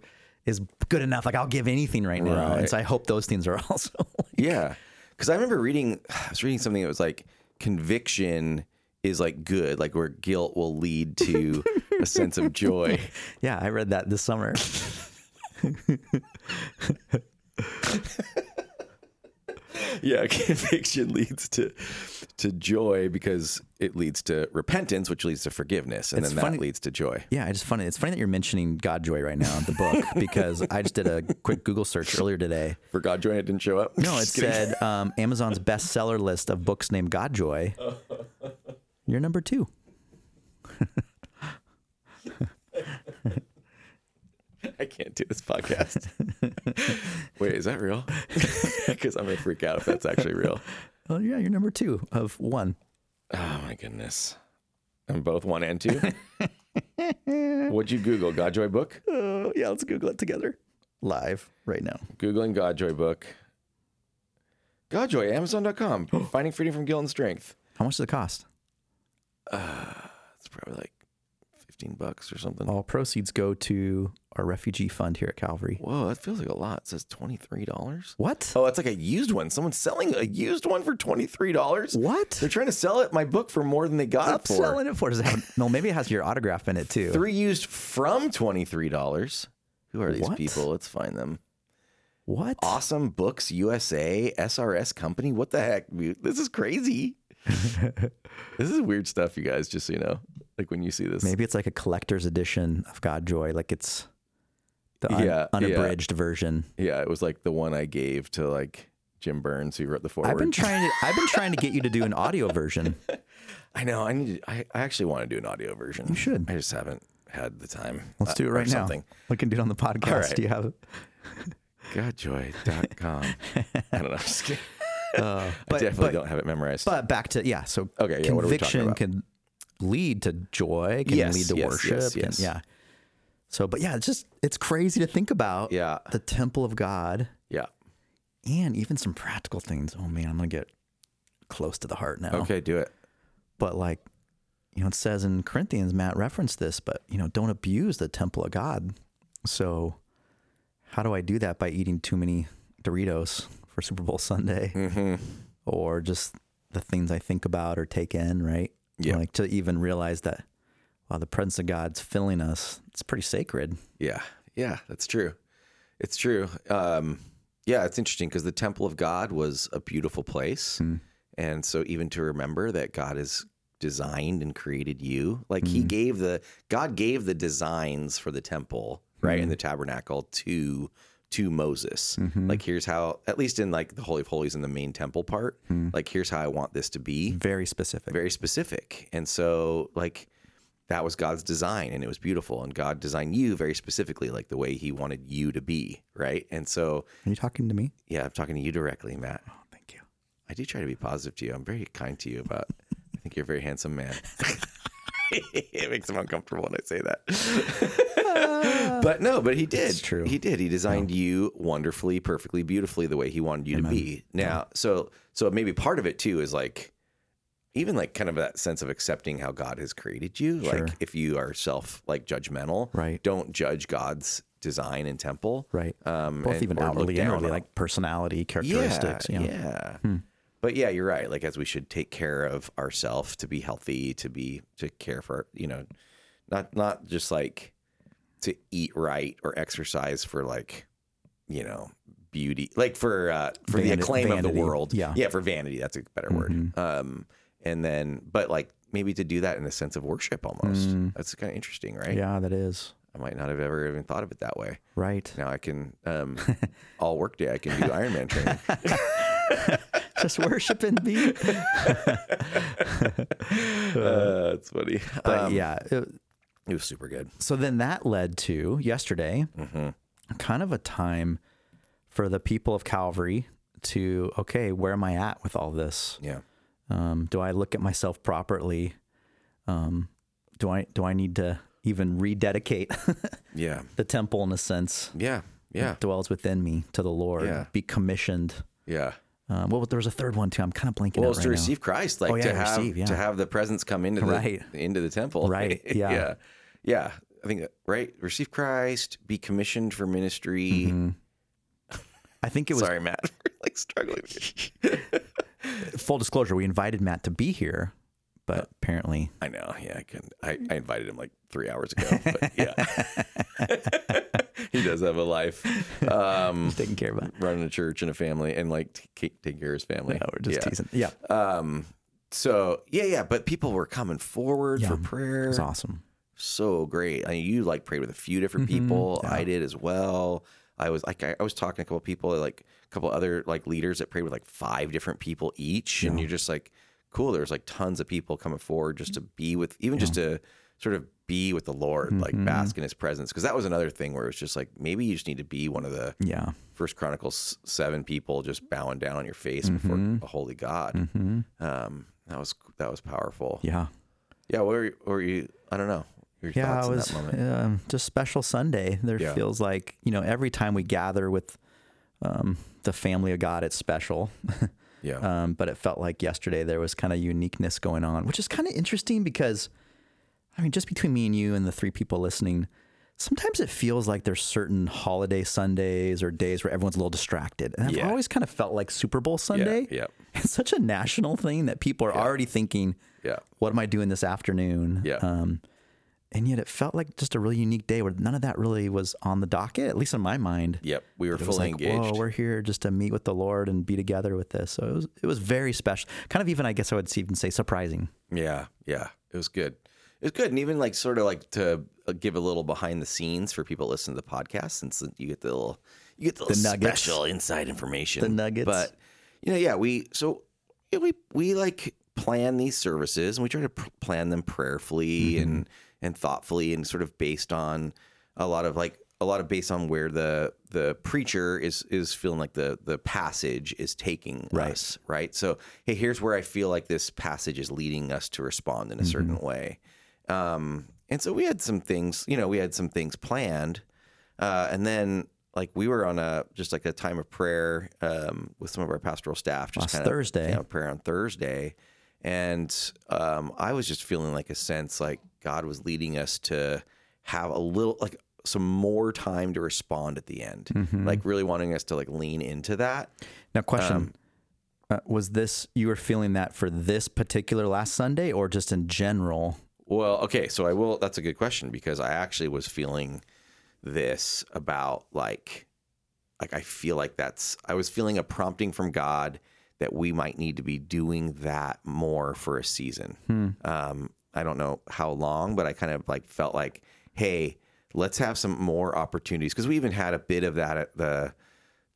[SPEAKER 3] is good enough. Like I'll give anything right now. And
[SPEAKER 2] Right.
[SPEAKER 3] so I hope those things are also.
[SPEAKER 2] Yeah. Cause I remember reading, I was reading something that was like conviction is like good, like where guilt will lead to a sense of joy.
[SPEAKER 3] yeah, I read that this summer.
[SPEAKER 2] Yeah. Conviction leads to, to joy because it leads to repentance, which leads to forgiveness. And
[SPEAKER 3] It's
[SPEAKER 2] then
[SPEAKER 3] funny-
[SPEAKER 2] that leads to joy.
[SPEAKER 3] Yeah, it's funny. It's funny that you're mentioning God Joy right now, the book, because I just did a quick Google search earlier today.
[SPEAKER 2] For God, joy, it didn't show up.
[SPEAKER 3] No, it
[SPEAKER 2] Just kidding.
[SPEAKER 3] said um, Amazon's bestseller list of books named God Joy. You're number two.
[SPEAKER 2] I can't do this podcast. Wait, is that real? Because I'm going to freak out if that's actually real.
[SPEAKER 3] Oh yeah, you're number two of one.
[SPEAKER 2] Oh my goodness. I'm both one and two. What'd you Google? God, joy book?
[SPEAKER 3] Oh yeah, let's Google it together live right now.
[SPEAKER 2] Googling Godjoy book. Godjoy, Amazon.com. Finding freedom from guilt and strength.
[SPEAKER 3] How much does it cost?
[SPEAKER 2] It's probably like 15 bucks or something.
[SPEAKER 3] All proceeds go to our refugee fund here at Calvary.
[SPEAKER 2] Whoa, that feels like a lot. It says $23.
[SPEAKER 3] What?
[SPEAKER 2] Oh, that's like a used one. Someone's selling a used one for $23.
[SPEAKER 3] What?
[SPEAKER 2] They're trying to sell it, my book, for more than they got it for.
[SPEAKER 3] Upselling it for? Does it have, no, maybe it has your autograph in it too.
[SPEAKER 2] Three used from $23. Who are these
[SPEAKER 3] What?
[SPEAKER 2] people? Let's find them.
[SPEAKER 3] What?
[SPEAKER 2] Awesome Books USA, SRS Company. What the heck, dude? This is crazy. this is weird stuff, you guys, just so you know. Like when you see this.
[SPEAKER 3] Maybe it's like a collector's edition of God Joy. Like it's the un-
[SPEAKER 2] Yeah, yeah.
[SPEAKER 3] unabridged version.
[SPEAKER 2] Yeah, it was like the one I gave to like Jim Burns who wrote the forward.
[SPEAKER 3] I've been trying to I've been trying to get you to do an audio version.
[SPEAKER 2] I know. I need. To, I, I actually want to do an audio version. You
[SPEAKER 3] should.
[SPEAKER 2] I just haven't had the time. Uh,
[SPEAKER 3] Let's do it
[SPEAKER 2] or
[SPEAKER 3] right now.
[SPEAKER 2] Something.
[SPEAKER 3] We can do it on the podcast.
[SPEAKER 2] right.
[SPEAKER 3] Do you have?
[SPEAKER 2] Godjoy.com. I don't know. I'm just kidding.
[SPEAKER 3] Uh, but-
[SPEAKER 2] I definitely
[SPEAKER 3] but-
[SPEAKER 2] don't have it memorized.
[SPEAKER 3] But back to yeah. So
[SPEAKER 2] Okay, yeah, what are we talking
[SPEAKER 3] conviction
[SPEAKER 2] about?
[SPEAKER 3] can lead to joy. Can
[SPEAKER 2] Yes,
[SPEAKER 3] lead to
[SPEAKER 2] yes,
[SPEAKER 3] worship.
[SPEAKER 2] yes,
[SPEAKER 3] can-
[SPEAKER 2] yes.
[SPEAKER 3] yeah. So, but yeah, it's just it's crazy to think about.
[SPEAKER 2] Yeah.
[SPEAKER 3] The temple of God
[SPEAKER 2] yeah.
[SPEAKER 3] and even some practical things. Oh man, I'm gonna get close to the heart now.
[SPEAKER 2] Okay, do it.
[SPEAKER 3] But like, you know, it says in Corinthians, Matt referenced this, but you know, don't abuse the temple of God. So, how do I do that by eating too many Doritos for Super Bowl Sunday,
[SPEAKER 2] Mm-hmm.
[SPEAKER 3] or just the things I think about or take in, right?
[SPEAKER 2] Yeah.
[SPEAKER 3] Like to even realize that wow, the presence of God's filling us. It's pretty sacred.
[SPEAKER 2] Yeah. Yeah, that's true. It's true. Um, yeah, it's interesting because the temple of God was a beautiful place. And so even to remember that God has designed and created you, like he gave the God gave the designs for the temple, right? And the tabernacle to to Moses. Like here's how at least in like the Holy of Holies in the main temple part, like here's how I want this to be
[SPEAKER 3] Very specific.
[SPEAKER 2] very specific. And so, like, that was God's design and it was beautiful. And God designed you very specifically, like the way He wanted you to be, right? And so,
[SPEAKER 3] Are you talking to me?
[SPEAKER 2] yeah, I'm talking to you directly, Matt.
[SPEAKER 3] Oh, thank you.
[SPEAKER 2] I do try to be positive to you. I'm very kind to you about, I think you're a very handsome man. it makes him uncomfortable when I say that. but no, but he did.
[SPEAKER 3] It's true.
[SPEAKER 2] He did. He designed you wonderfully, perfectly, beautifully the way he wanted you to be. Now, so so maybe part of it too is like even like kind of that sense of accepting how God has created you.
[SPEAKER 3] Sure.
[SPEAKER 2] Like if you are self like judgmental,
[SPEAKER 3] Right.
[SPEAKER 2] Don't judge God's design and temple.
[SPEAKER 3] Right.
[SPEAKER 2] Um
[SPEAKER 3] Both
[SPEAKER 2] and-
[SPEAKER 3] even
[SPEAKER 2] or look
[SPEAKER 3] outwardly,
[SPEAKER 2] down
[SPEAKER 3] inwardly,
[SPEAKER 2] on-
[SPEAKER 3] like personality characteristics. Hmm.
[SPEAKER 2] yeah.
[SPEAKER 3] you know?
[SPEAKER 2] yeah. But yeah, you're right. Like as we should take care of ourselves to be healthy, to be to care for, you know, not not just like to eat right or exercise for like, you know, beauty, like for uh for the
[SPEAKER 3] Vani-
[SPEAKER 2] acclaim of the
[SPEAKER 3] vanity.
[SPEAKER 2] world.
[SPEAKER 3] Yeah. Mm-hmm.
[SPEAKER 2] Yeah, for vanity, that's a better word. Um and then but like maybe to do that in a sense of worship almost. That's kind of interesting, right?
[SPEAKER 3] Mm. yeah, that is
[SPEAKER 2] I might not have ever even thought of it that way.
[SPEAKER 3] right.
[SPEAKER 2] Now I can um all work day I can do Ironman training.
[SPEAKER 3] just worship and be.
[SPEAKER 2] Uh, that's funny.
[SPEAKER 3] But
[SPEAKER 2] Um,
[SPEAKER 3] yeah, it-
[SPEAKER 2] it was super good.
[SPEAKER 3] so then that led to yesterday,
[SPEAKER 2] Mm-hmm.
[SPEAKER 3] kind of a time for the people of Calvary to okay, where am I at with all this?
[SPEAKER 2] Yeah.
[SPEAKER 3] Um, do I look at myself properly? Um, do I do I need to even rededicate
[SPEAKER 2] Yeah.
[SPEAKER 3] the temple in a sense
[SPEAKER 2] Yeah. Yeah.
[SPEAKER 3] that dwells within me to the Lord?
[SPEAKER 2] Yeah.
[SPEAKER 3] Be commissioned.
[SPEAKER 2] Yeah.
[SPEAKER 3] Um, well, there was a third one too. I'm kind of blanking.
[SPEAKER 2] Well,
[SPEAKER 3] out
[SPEAKER 2] it's
[SPEAKER 3] right
[SPEAKER 2] to
[SPEAKER 3] now.
[SPEAKER 2] receive Christ, like
[SPEAKER 3] Oh, yeah,
[SPEAKER 2] to have
[SPEAKER 3] receive, yeah.
[SPEAKER 2] to have the presence come into the
[SPEAKER 3] Right.
[SPEAKER 2] into the temple.
[SPEAKER 3] Right, yeah.
[SPEAKER 2] yeah. Yeah. I think that- right. Receive Christ, be commissioned for ministry.
[SPEAKER 3] I think Mm-hmm. it was
[SPEAKER 2] Sorry, Matt. We're like struggling.
[SPEAKER 3] full disclosure. We invited Matt to be here, but
[SPEAKER 2] Uh,
[SPEAKER 3] apparently
[SPEAKER 2] I know. Yeah, I can. I, I invited him like three hours ago, but yeah, he does have a life. Um,
[SPEAKER 3] taken care of.
[SPEAKER 2] running a church and a family, and like t- ca- taking care of his family.
[SPEAKER 3] No, we're just
[SPEAKER 2] yeah.
[SPEAKER 3] teasing. Yeah,
[SPEAKER 2] Um. So yeah, yeah. But people were coming forward for prayer.
[SPEAKER 3] it's awesome.
[SPEAKER 2] so great. I mean, you like prayed with a few different people. I did as well. I was like, I I was talking to a couple people, like a couple other like leaders that prayed with like five different people each, and you're just like, cool. There's like tons of people coming forward just to be with, even just to sort of be with the Lord, like bask in His presence, because that was another thing where it's just like maybe you just need to be one of the
[SPEAKER 3] Yeah,
[SPEAKER 2] First Chronicles seven people just bowing down on your face
[SPEAKER 3] Mm-hmm.
[SPEAKER 2] before a holy God. Um, that was that was powerful. Yeah,
[SPEAKER 3] yeah,
[SPEAKER 2] what were you, what were you? I don't know. Your
[SPEAKER 3] yeah.
[SPEAKER 2] thoughts
[SPEAKER 3] it
[SPEAKER 2] in
[SPEAKER 3] was
[SPEAKER 2] that moment.
[SPEAKER 3] um, just special Sunday. There
[SPEAKER 2] Yeah.
[SPEAKER 3] feels like you know every time we gather with um, the family of God, it's special.
[SPEAKER 2] Yeah.
[SPEAKER 3] um, but it felt like yesterday there was kind of uniqueness going on, which is kind of interesting because, I mean, just between me and you and the three people listening, sometimes it feels like there's certain holiday Sundays or days where everyone's a little distracted, and I've
[SPEAKER 2] Yeah.
[SPEAKER 3] always kind of felt like Super Bowl Sunday.
[SPEAKER 2] yeah.
[SPEAKER 3] It's such a national thing that people are already thinking,
[SPEAKER 2] Yeah.
[SPEAKER 3] "What am I doing this afternoon?"
[SPEAKER 2] Yeah.
[SPEAKER 3] Um, and yet it felt like just a really unique day where none of that really was on the docket, at least in my mind.
[SPEAKER 2] Yep. We were
[SPEAKER 3] It was
[SPEAKER 2] fully
[SPEAKER 3] like,
[SPEAKER 2] engaged.
[SPEAKER 3] Whoa, we're here just to meet with the Lord and be together with this. So it was it was very special. Kind of even I guess I would even say surprising.
[SPEAKER 2] yeah. Yeah. It was good. It was good. And even like sort of like to uh, give a little behind the scenes for people listening to the podcast since you get the little you get the, little
[SPEAKER 3] nuggets.
[SPEAKER 2] special inside information.
[SPEAKER 3] The nuggets.
[SPEAKER 2] But you know, yeah, we so yeah, we we like plan these services and we try to pr- plan them prayerfully
[SPEAKER 3] Mm-hmm.
[SPEAKER 2] and and thoughtfully and sort of based on a lot of like a lot of based on where the the preacher is is feeling like the the passage is taking us right so hey here's where i feel like this passage is leading us to respond in
[SPEAKER 3] Mm-hmm.
[SPEAKER 2] a certain way um and so we had some things you know we had some things planned uh, and then like we were on a just like a time of prayer um, with some of our pastoral staff just
[SPEAKER 3] Last
[SPEAKER 2] kinda,
[SPEAKER 3] Thursday.
[SPEAKER 2] you know, prayer on Thursday, and um, I was just feeling like a sense like God was leading us to have a little like some more time to respond at the end,
[SPEAKER 3] Mm-hmm.
[SPEAKER 2] like really wanting us to like lean into that.
[SPEAKER 3] Now question
[SPEAKER 2] Um,
[SPEAKER 3] uh, was this you were feeling that for this particular last Sunday or just in general?
[SPEAKER 2] Well, okay, so I will. That's a good question because I actually was feeling this about like, like I feel like that's. I was feeling a prompting from God that we might need to be doing that more for a season. Um, I don't know how long, but I kind of like felt like, hey, let's have some more opportunities because we even had a bit of that at the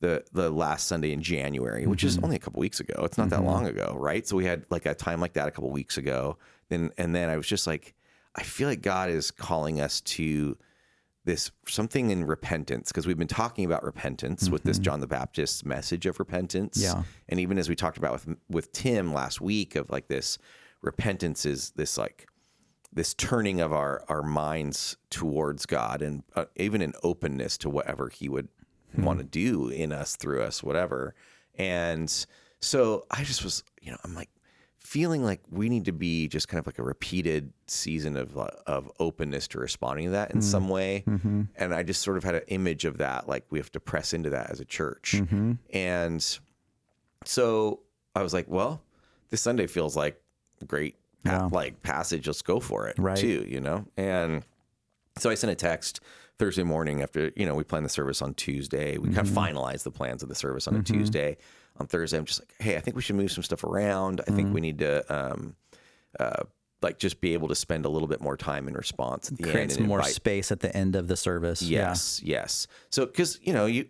[SPEAKER 2] the the last Sunday in January, which is only a couple weeks ago. It's not that long ago, right? So we had like a time like that a couple weeks ago. Then and then I was just like, I feel like God is calling us to this something in repentance because we've been talking about repentance with this John the Baptist message of repentance.
[SPEAKER 3] Yeah.
[SPEAKER 2] And even as we talked about with with Tim last week of like this repentance is this like this turning of our our minds towards God and uh, even an openness to whatever he would want to do in us through us whatever and so I just was you know I'm like feeling like we need to be just kind of like a repeated season of uh, of openness to responding to that in some way and I just sort of had an image of that like we have to press into that as a church and so I was like, well, this Sunday feels like a great pa-
[SPEAKER 3] Yeah.
[SPEAKER 2] like passage. Let's go for it,
[SPEAKER 3] Right.
[SPEAKER 2] Too, you know. And so I sent a text Thursday morning after you know we planned the service on Tuesday. We kind of
[SPEAKER 3] Mm-hmm.
[SPEAKER 2] finalized the plans of the service on a Tuesday. On Thursday, I'm just like, hey, I think we should move some stuff around. I
[SPEAKER 3] Mm-hmm.
[SPEAKER 2] think we need to. Um, uh, like just be able to spend a little bit more time in response at the end
[SPEAKER 3] Create some
[SPEAKER 2] and
[SPEAKER 3] more
[SPEAKER 2] invite
[SPEAKER 3] space at the end of the service.
[SPEAKER 2] Yes, yes. So because you know you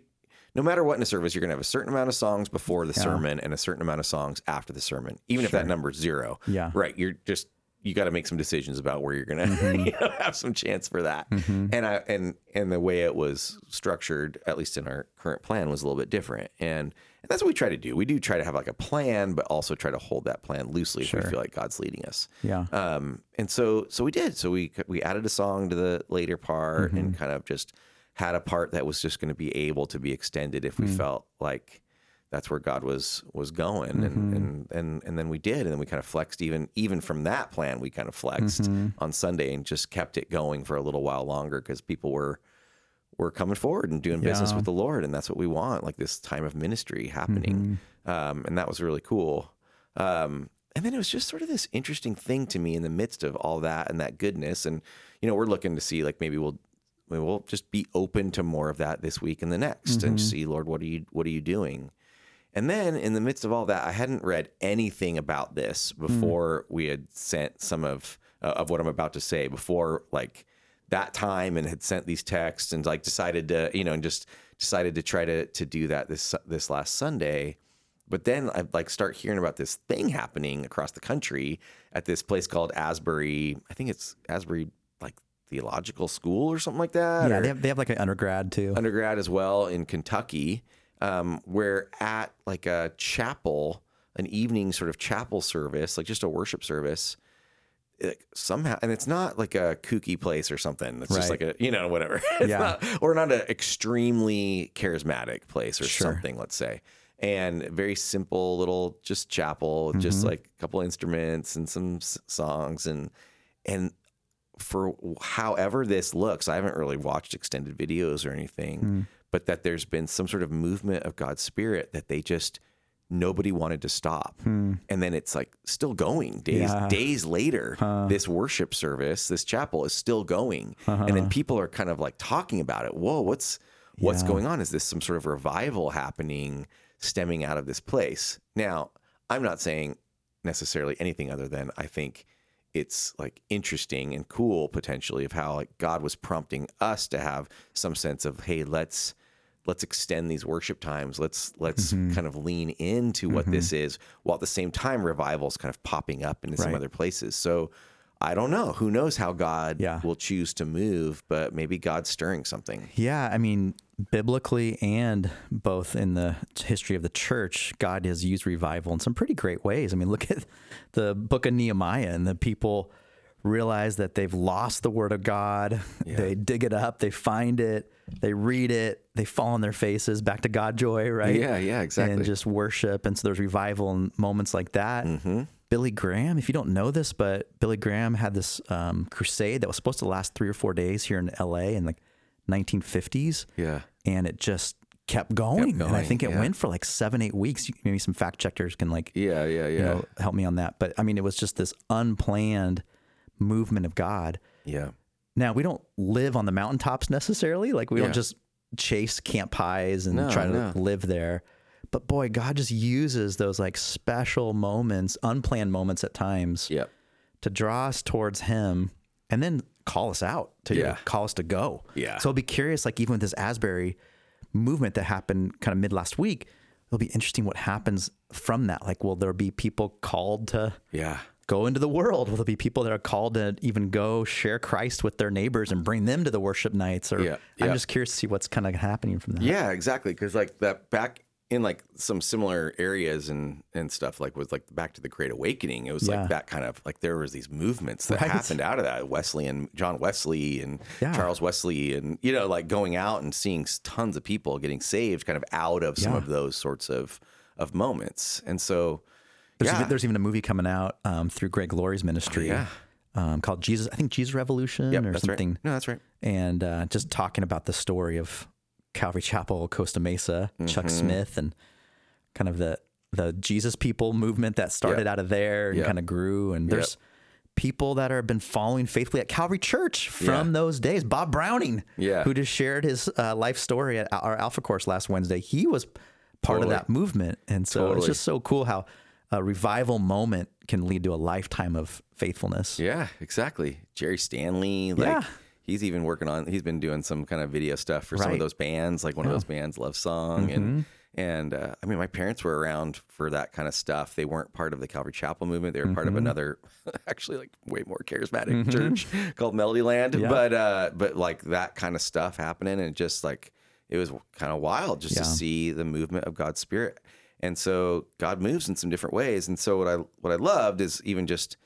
[SPEAKER 2] no matter what in a service, you're going to have a certain amount of songs before the sermon and a certain amount of songs after the sermon, even if that number's zero.
[SPEAKER 3] Yeah.
[SPEAKER 2] Right. You're just, you got to make some decisions about where you're going to you know, have some chance for that. And I, and, and the way it was structured, at least in our current plan was a little bit different. And, and that's what we try to do. We do try to have like a plan, but also try to hold that plan loosely if we feel like God's leading us.
[SPEAKER 3] Yeah.
[SPEAKER 2] Um, and so so we did. So we we added a song to the later part and kind of just had a part that was just going to be able to be extended if we felt like that's where God was was going. And, and and and then we did, and then we kind of flexed even even from that plan. We kind of flexed on Sunday and just kept it going for a little while longer because people were were coming forward and doing business with the Lord, and that's what we want. Like this time of ministry happening, um, and that was really cool. Um, and then it was just sort of this interesting thing to me in the midst of all that and that goodness. And you know, we're looking to see like maybe we'll maybe we'll just be open to more of that this week and the next, and see Lord, what are you what are you doing? And then in the midst of all that, I hadn't read anything about this
[SPEAKER 3] Mm.
[SPEAKER 2] before we had sent some of uh, of what I'm about to say before like that time and had sent these texts and like decided to you know and just decided to try to to do that this this last Sunday. But then I like start hearing about this thing happening across the country at this place called Asbury. I think it's Asbury like theological school or something like that.
[SPEAKER 3] Yeah,
[SPEAKER 2] or-
[SPEAKER 3] they have, they have like an undergrad too.
[SPEAKER 2] undergrad as well in Kentucky, um, where at like a chapel, an evening sort of chapel service, like just a worship service, like somehow, and it's not like a kooky place or something. It's just
[SPEAKER 3] Right.
[SPEAKER 2] like a, you know, whatever. It's
[SPEAKER 3] Yeah.
[SPEAKER 2] not- or not an extremely charismatic place or
[SPEAKER 3] Sure.
[SPEAKER 2] something, let's say. And a very simple little just chapel, with just like a couple instruments and some s- songs and, and for however this looks, I haven't really watched extended videos or anything, but that there's been some sort of movement of God's spirit that they just nobody wanted to stop. And then it's like still going days
[SPEAKER 3] Hmm. Yeah.
[SPEAKER 2] days later. This worship service, this chapel is still going.
[SPEAKER 3] Hmm. Uh-huh.
[SPEAKER 2] And then people are kind of like talking about it. Whoa, what's what's going on? Is this some sort of revival happening stemming out of this place? Now, I'm not saying necessarily anything other than I think it's like interesting and cool potentially of how like God was prompting us to have some sense of hey let's let's extend these worship times let's let's
[SPEAKER 3] Mm-hmm.
[SPEAKER 2] kind of lean into what this is while at the same time revival's kind of popping up into some
[SPEAKER 3] Right.
[SPEAKER 2] other places so I don't know who knows how God
[SPEAKER 3] Yeah.
[SPEAKER 2] will choose to move but maybe God's stirring something
[SPEAKER 3] Yeah, I mean, biblically and both in the history of the church, God has used revival in some pretty great ways. I mean, look at the book of Nehemiah and the people realize that they've lost the word of God. They dig it up, they find it, they read it, they fall on their faces back to God joy, right?
[SPEAKER 2] Yeah, yeah, exactly.
[SPEAKER 3] And just worship. And so there's revival in moments like that.
[SPEAKER 2] Mm-hmm.
[SPEAKER 3] Billy Graham, if you don't know this, but Billy Graham had this um, crusade that was supposed to last three or four days here in LA in like 1950s.
[SPEAKER 2] Yeah.
[SPEAKER 3] And it just kept going. and I
[SPEAKER 2] going,
[SPEAKER 3] think it
[SPEAKER 2] yeah.
[SPEAKER 3] went for like seven, eight weeks. You- Maybe some fact checkers can like
[SPEAKER 2] yeah yeah yeah
[SPEAKER 3] you know, help me on that. But I mean, it was just this unplanned movement of God.
[SPEAKER 2] yeah
[SPEAKER 3] Now we don't live on the mountaintops necessarily. Like we
[SPEAKER 2] Yeah.
[SPEAKER 3] don't just chase camp highs and
[SPEAKER 2] No,
[SPEAKER 3] try to
[SPEAKER 2] no.
[SPEAKER 3] live there. But boy, God just uses those like special moments, unplanned moments at times
[SPEAKER 2] yep
[SPEAKER 3] to draw us towards him and then call us out to
[SPEAKER 2] Yeah.
[SPEAKER 3] call us to go.
[SPEAKER 2] Yeah.
[SPEAKER 3] So I'll be curious, like even with this Asbury movement that happened kind of mid last week, it'll be interesting what happens from that. Like, will there be people called to
[SPEAKER 2] yeah
[SPEAKER 3] go into the world? Will there be people that are called to even go share Christ with their neighbors and bring them to the worship nights? Or
[SPEAKER 2] Yeah, yeah.
[SPEAKER 3] I'm just curious to see what's kind of happening from that.
[SPEAKER 2] Yeah, exactly. Because like that back in like some similar areas and and stuff like was like back to the Great Awakening. It was
[SPEAKER 3] Yeah.
[SPEAKER 2] like that kind of like there was these movements that
[SPEAKER 3] Right.
[SPEAKER 2] happened out of that. Wesley and John Wesley and
[SPEAKER 3] Yeah.
[SPEAKER 2] Charles Wesley and you know like going out and seeing s- tons of people getting saved, kind of out of some
[SPEAKER 3] Yeah.
[SPEAKER 2] of those sorts of of moments. And so
[SPEAKER 3] There's,
[SPEAKER 2] yeah,
[SPEAKER 3] even, there's even a movie coming out um, through Greg Laurie's ministry
[SPEAKER 2] yeah.
[SPEAKER 3] um, called Jesus, I think Jesus Revolution
[SPEAKER 2] Yep,
[SPEAKER 3] or
[SPEAKER 2] that's
[SPEAKER 3] something.
[SPEAKER 2] right. No, that's right.
[SPEAKER 3] and uh, just talking about the story of Calvary Chapel, Costa Mesa, Chuck
[SPEAKER 2] Mm-hmm.
[SPEAKER 3] Smith, and kind of the the Jesus people movement that started out of there and
[SPEAKER 2] Yep.
[SPEAKER 3] kind of grew. And there's people that are been following faithfully at Calvary Church from
[SPEAKER 2] Yeah.
[SPEAKER 3] those days. Bob Browning,
[SPEAKER 2] Yeah.
[SPEAKER 3] who just shared his uh, life story at our Alpha course last Wednesday. He was part
[SPEAKER 2] Totally.
[SPEAKER 3] of that movement, and so
[SPEAKER 2] Totally.
[SPEAKER 3] it's just so cool how a revival moment can lead to a lifetime of faithfulness.
[SPEAKER 2] Yeah, exactly. Jerry Stanley, like
[SPEAKER 3] Yeah.
[SPEAKER 2] yeah, he's even working on. He's been doing some kind of video stuff for some
[SPEAKER 3] Right. Mm-hmm.
[SPEAKER 2] of those bands, like one of those bands, Love Song, and and uh, I mean, my parents were around for that kind of stuff. They weren't part of the Calvary Chapel movement. They were part
[SPEAKER 3] Mm-hmm.
[SPEAKER 2] of another, actually, like way more charismatic church called Melodyland. But uh, but like that kind of stuff happening, and just like it was kind of wild just to
[SPEAKER 3] Yeah.
[SPEAKER 2] see the movement of God's Spirit. And so God moves in some different ways. And so what I what I loved is even just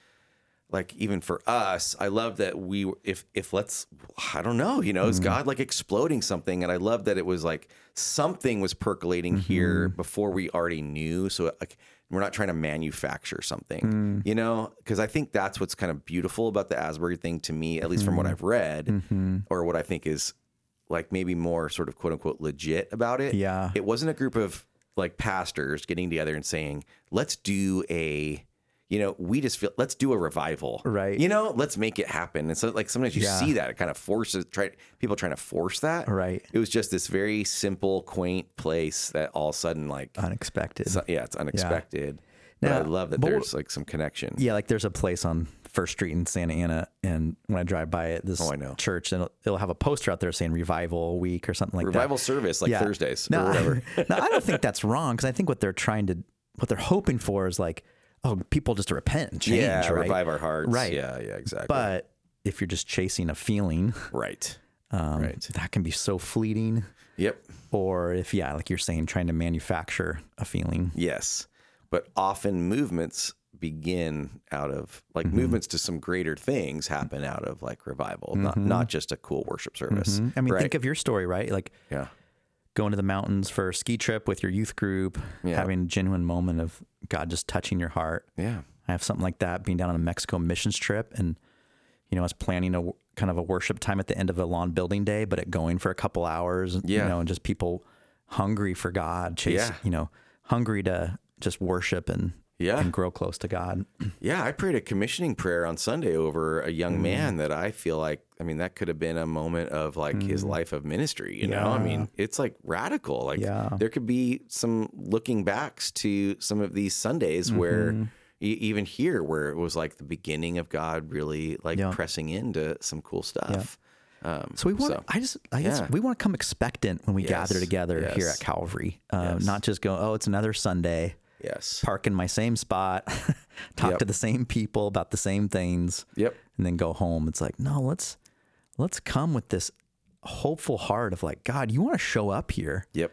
[SPEAKER 2] like even for us, I love that we were- if if let's I don't know, you know, is God like exploding something? And I love that it was like something was percolating here before we already knew. So like we're not trying to manufacture something, you know, because I think that's what's kind of beautiful about the Asbury thing to me, at least from what I've read or what I think is like maybe more sort of quote unquote legit about it.
[SPEAKER 3] Yeah.
[SPEAKER 2] It wasn't a group of like pastors getting together and saying, let's do a, you know, we just feel, let's do a revival.
[SPEAKER 3] Right.
[SPEAKER 2] You know, let's make it happen. And so, like, sometimes you see that it kind of forces, try, people trying to force that.
[SPEAKER 3] Right.
[SPEAKER 2] It was just this very simple, quaint place that all of a sudden, like,
[SPEAKER 3] Unexpected.
[SPEAKER 2] so- yeah, it's unexpected. But I
[SPEAKER 3] Uh, Now-
[SPEAKER 2] love that
[SPEAKER 3] but
[SPEAKER 2] there's like some connection.
[SPEAKER 3] yeah, like there's a place on First Street in Santa Ana, and when I drive by it, this
[SPEAKER 2] Oh, I know.
[SPEAKER 3] church, and it'll, it'll have a poster out there saying Revival Week or something like that.
[SPEAKER 2] Revival service, like Thursdays or
[SPEAKER 3] No,
[SPEAKER 2] whatever.
[SPEAKER 3] no, I don't think that's wrong because I think what they're trying to, what they're hoping for is like, oh, people just to repent and change,
[SPEAKER 2] yeah.
[SPEAKER 3] right?
[SPEAKER 2] Revive our hearts.
[SPEAKER 3] Right.
[SPEAKER 2] Yeah. Yeah. Exactly.
[SPEAKER 3] But if you're just chasing a feeling,
[SPEAKER 2] right.
[SPEAKER 3] um,
[SPEAKER 2] Right.
[SPEAKER 3] that can be so fleeting.
[SPEAKER 2] Yep.
[SPEAKER 3] Or if, yeah, like you're saying, trying to manufacture a feeling.
[SPEAKER 2] Yes. But often movements begin out of like movements to some greater things happen out of like revival, not not just a cool worship service.
[SPEAKER 3] I mean,
[SPEAKER 2] right?
[SPEAKER 3] think of your story, right? Like
[SPEAKER 2] yeah.
[SPEAKER 3] going to the mountains for a ski trip with your youth group, having a genuine moment of God just touching your heart.
[SPEAKER 2] Yeah.
[SPEAKER 3] I have something like that being down on a Mexico missions trip and you know, I was planning a w- kind of a worship time at the end of a lawn building day, but it going for a couple hours,
[SPEAKER 2] Yeah.
[SPEAKER 3] you know, and just people hungry for God, chase,
[SPEAKER 2] Yeah.
[SPEAKER 3] you know, hungry to just worship and
[SPEAKER 2] Yeah.
[SPEAKER 3] and grow close to God.
[SPEAKER 2] Yeah, I prayed a commissioning prayer on Sunday over a
[SPEAKER 3] Mm.
[SPEAKER 2] young man that I feel like, I mean, that could have been a moment of like
[SPEAKER 3] Mm.
[SPEAKER 2] his life of ministry, you know? I mean, it's like radical. Like,
[SPEAKER 3] Yeah.
[SPEAKER 2] there could be some looking backs to some of these Sundays where
[SPEAKER 3] Mm-hmm.
[SPEAKER 2] e- even here, where it was like the beginning of God really like pressing into some cool stuff. Um,
[SPEAKER 3] So we want, I just, I guess
[SPEAKER 2] yeah.
[SPEAKER 3] we want to come expectant when we gather
[SPEAKER 2] Yes,
[SPEAKER 3] together here
[SPEAKER 2] yes.
[SPEAKER 3] at Calvary, uh, not just go, oh, it's another Sunday,
[SPEAKER 2] yes.
[SPEAKER 3] park in my same spot, talk to the same people about the same things.
[SPEAKER 2] Yep.
[SPEAKER 3] and then go home. It's like, no, let's let's come with this hopeful heart of like, God, you want to show up here.
[SPEAKER 2] Yep.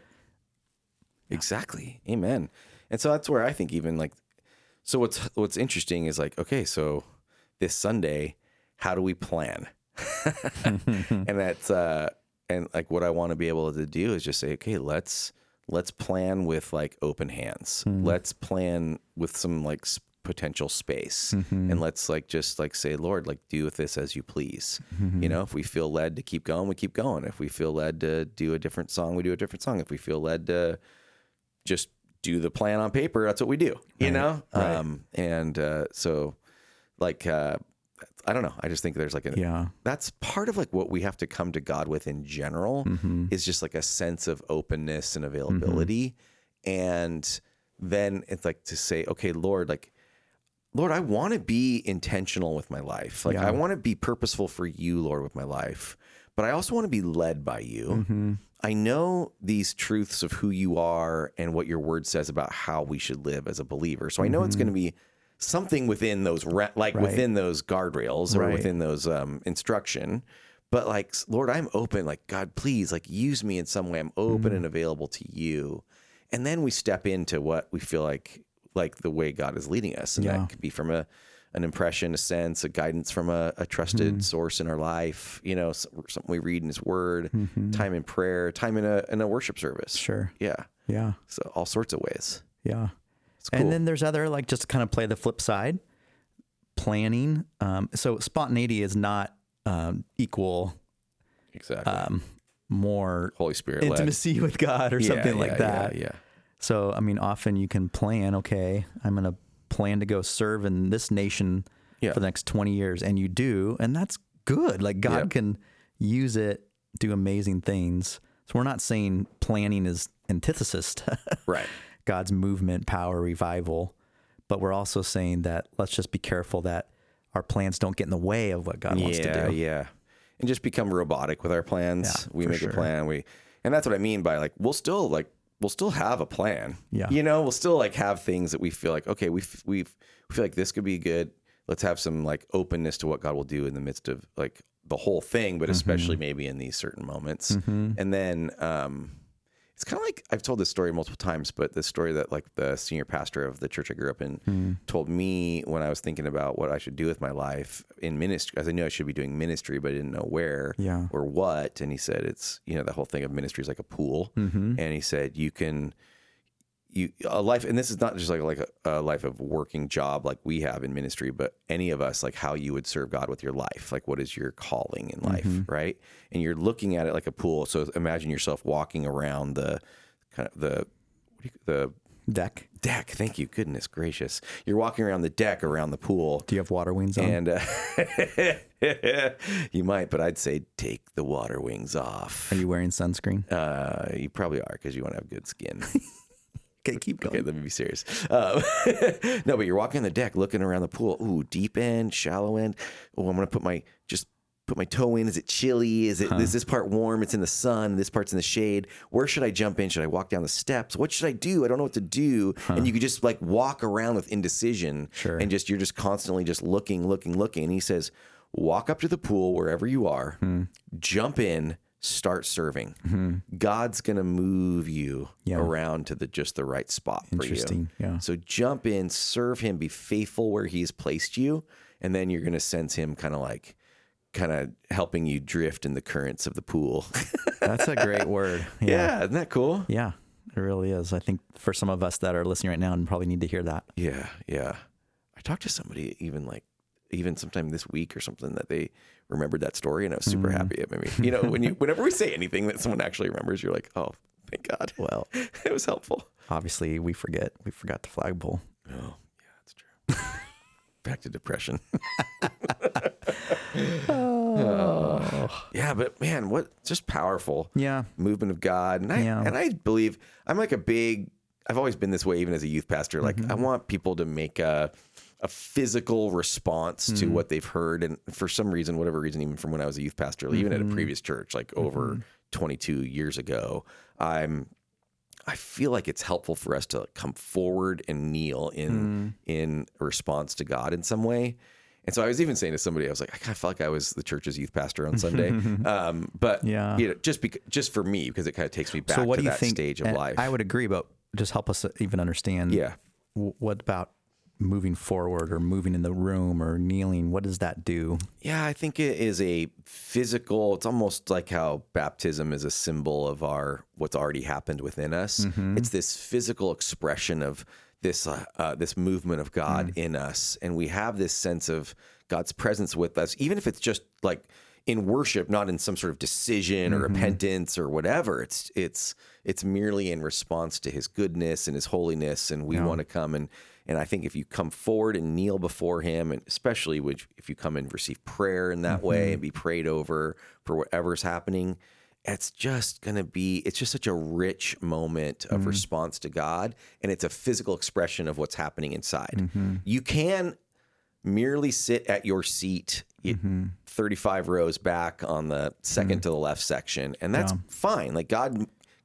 [SPEAKER 2] Exactly. Amen. And so that's where I think even like so what's what's interesting is like, okay, so this Sunday, how do we plan? and that's uh and like what I want to be able to do is just say, okay, let's let's plan with like open hands. Let's plan with some like s- potential space and let's like just like say lord like do with this as you please you know if we feel led to keep going we keep going if we feel led to do a different song we do a different song if we feel led to just do the plan on paper. That's what we do, you know? Um, and uh, so, like, uh, I don't know. I just think there's like a,
[SPEAKER 3] Yeah.
[SPEAKER 2] that's part of like what we have to come to God with in general
[SPEAKER 3] Mm-hmm.
[SPEAKER 2] is just like a sense of openness and availability. And then it's like to say, okay, Lord, like, Lord, I want to be intentional with my life. Like, I want to be purposeful for you, Lord, with my life, but I also want to be led by you.
[SPEAKER 3] Mm. Mm-hmm.
[SPEAKER 2] I know these truths of who you are and what your word says about how we should live as a believer. So I know it's going to be something within those, re- like within those guardrails or
[SPEAKER 3] Right.
[SPEAKER 2] within those um, instruction. But like, Lord, I'm open. Like, God, please, like, use me in some way. I'm
[SPEAKER 3] Mm.
[SPEAKER 2] open and available to you. And then we step into what we feel like, like the way God is leading us, and
[SPEAKER 3] Yeah.
[SPEAKER 2] that could be from a an impression, a sense, a guidance from a, a trusted
[SPEAKER 3] Mm.
[SPEAKER 2] source in our life. You know, s- something we read in His Word, time in prayer, time in a in a worship service.
[SPEAKER 3] Mm-hmm. Sure.
[SPEAKER 2] Yeah.
[SPEAKER 3] Yeah.
[SPEAKER 2] So all sorts of ways.
[SPEAKER 3] Yeah.
[SPEAKER 2] It's cool.
[SPEAKER 3] And then there's other like just to kind of play the flip side, planning. Um, so spontaneity is not um, equal
[SPEAKER 2] exactly.
[SPEAKER 3] more
[SPEAKER 2] Holy Spirit led.
[SPEAKER 3] um, intimacy with God or
[SPEAKER 2] Yeah,
[SPEAKER 3] something
[SPEAKER 2] yeah,
[SPEAKER 3] like that.
[SPEAKER 2] Yeah. yeah.
[SPEAKER 3] So I mean, often you can plan. Okay, I'm gonna plan to go serve in this nation
[SPEAKER 2] Yeah.
[SPEAKER 3] for the next 20 years, and you do, and that's good. Like God
[SPEAKER 2] Yep.
[SPEAKER 3] can use it, do amazing things. So we're not saying planning is antithesis to
[SPEAKER 2] Right.
[SPEAKER 3] God's movement, power, revival, but we're also saying that let's just be careful that our plans don't get in the way of what God wants
[SPEAKER 2] yeah,
[SPEAKER 3] to do.
[SPEAKER 2] Yeah. and just become robotic with our plans.
[SPEAKER 3] Yeah,
[SPEAKER 2] we
[SPEAKER 3] for
[SPEAKER 2] make
[SPEAKER 3] sure.
[SPEAKER 2] a plan. We and that's what I mean by like we'll still like we'll still have a plan.
[SPEAKER 3] Yeah.
[SPEAKER 2] you know, we'll still like have things that we feel like okay, we f- we f- we feel like this could be good. Let's have some like openness to what God will do in the midst of like the whole thing, but especially
[SPEAKER 3] Mm-hmm.
[SPEAKER 2] maybe in these certain moments. And then um, it's kind of like I've told this story multiple times, but the story that like the senior pastor of the church I grew up in told me when I was thinking about what I should do with my life in ministry, because I knew I should be doing ministry, but I didn't know where
[SPEAKER 3] Yeah.
[SPEAKER 2] or what. And he said, it's you know the whole thing of ministry is like a pool, and he said you can you a life and this is not just like like a, a life of working job like we have in ministry but any of us like how you would serve god with your life like what is your calling in life right and you're looking at it like a pool so imagine yourself walking around the kind of the what do you, the
[SPEAKER 3] Deck.
[SPEAKER 2] deck thank you goodness gracious you're walking around the deck around the pool
[SPEAKER 3] Do you have water wings on?
[SPEAKER 2] and uh, you might but i'd say take the water wings off
[SPEAKER 3] Are you wearing sunscreen?
[SPEAKER 2] uh, you probably are because you want to have good skin
[SPEAKER 3] Okay, keep
[SPEAKER 2] Okay, let me be serious. Uh, no, but you're walking on the deck, looking around the pool. Ooh, deep end, shallow end. Oh, I'm gonna put my just put my toe in. Is it chilly? Is it is this part warm? It's in the sun. This part's in the shade. Where should I jump in? Should I walk down the steps? What should I do? I don't know what to do. And you could just like walk around with indecision.
[SPEAKER 3] Sure.
[SPEAKER 2] And just you're just constantly just looking, looking, looking. And he says, walk up to the pool wherever you are,
[SPEAKER 3] Hmm.
[SPEAKER 2] jump in. Start serving.
[SPEAKER 3] Mm-hmm.
[SPEAKER 2] God's gonna move you around to the just the right spot for you.
[SPEAKER 3] Interesting, yeah.
[SPEAKER 2] So jump in, serve him, be faithful where he's placed you, and then you're going to sense him kind of like kind of helping you drift in the currents of the pool.
[SPEAKER 3] That's a great word.
[SPEAKER 2] yeah. isn't that cool?
[SPEAKER 3] Yeah, it really is. I think for some of us that are listening right now and probably need to hear that.
[SPEAKER 2] Yeah, yeah. I talked to somebody even like even sometime this week or something that they remembered that story and I was
[SPEAKER 3] Mm-hmm.
[SPEAKER 2] super happy it made me. You know, when you whenever we say anything that someone actually remembers, you're like, "Oh, thank God."
[SPEAKER 3] Well,
[SPEAKER 2] it was helpful.
[SPEAKER 3] obviously we forget. We forgot the flagpole.
[SPEAKER 2] Oh, yeah, that's true. Back to depression. Yeah, but man, what just powerful
[SPEAKER 3] Oh. Yeah.
[SPEAKER 2] movement of God. And I
[SPEAKER 3] Yeah.
[SPEAKER 2] and I believe I'm like a big I've always been this way even as a youth pastor. Like
[SPEAKER 3] Mm-hmm.
[SPEAKER 2] I want people to make a a physical response to
[SPEAKER 3] Mm.
[SPEAKER 2] what they've heard and for some reason, whatever reason, even from when I was a youth pastor, even
[SPEAKER 3] Mm-hmm.
[SPEAKER 2] at a previous church, like over 22 years ago, I'm I feel like it's helpful for us to come forward and kneel in
[SPEAKER 3] Hmm.
[SPEAKER 2] in response to God in some way. And so I was even saying to somebody, I was like, I kind of felt like I was the church's youth pastor on Sunday, um, but
[SPEAKER 3] Yeah.
[SPEAKER 2] you know, just bec- just for me because it kind of takes me back
[SPEAKER 3] so what
[SPEAKER 2] to
[SPEAKER 3] do you
[SPEAKER 2] that
[SPEAKER 3] think?
[SPEAKER 2] stage of
[SPEAKER 3] and
[SPEAKER 2] life.
[SPEAKER 3] I would agree, but just help us even understand.
[SPEAKER 2] Yeah.
[SPEAKER 3] w- What about moving forward or moving in the room or kneeling? What does that do?
[SPEAKER 2] Yeah, I think it is a physical. It's almost like how baptism is a symbol of our what's already happened within us. It's this physical expression of this uh, uh, this movement of God in us, and we have this sense of God's presence with us, even if it's just like in worship, not in some sort of decision or repentance or whatever. It's it's it's merely in response to His goodness and His holiness, and we want to come and and I think if you come forward and kneel before Him, and especially which, if you come and receive prayer in that way and be prayed over for whatever's happening, it's just gonna be it's just such a rich moment of response to God, and it's a physical expression of what's happening inside. You can merely sit at your seat y- 35 rows back on the second to the left section and that's fine like god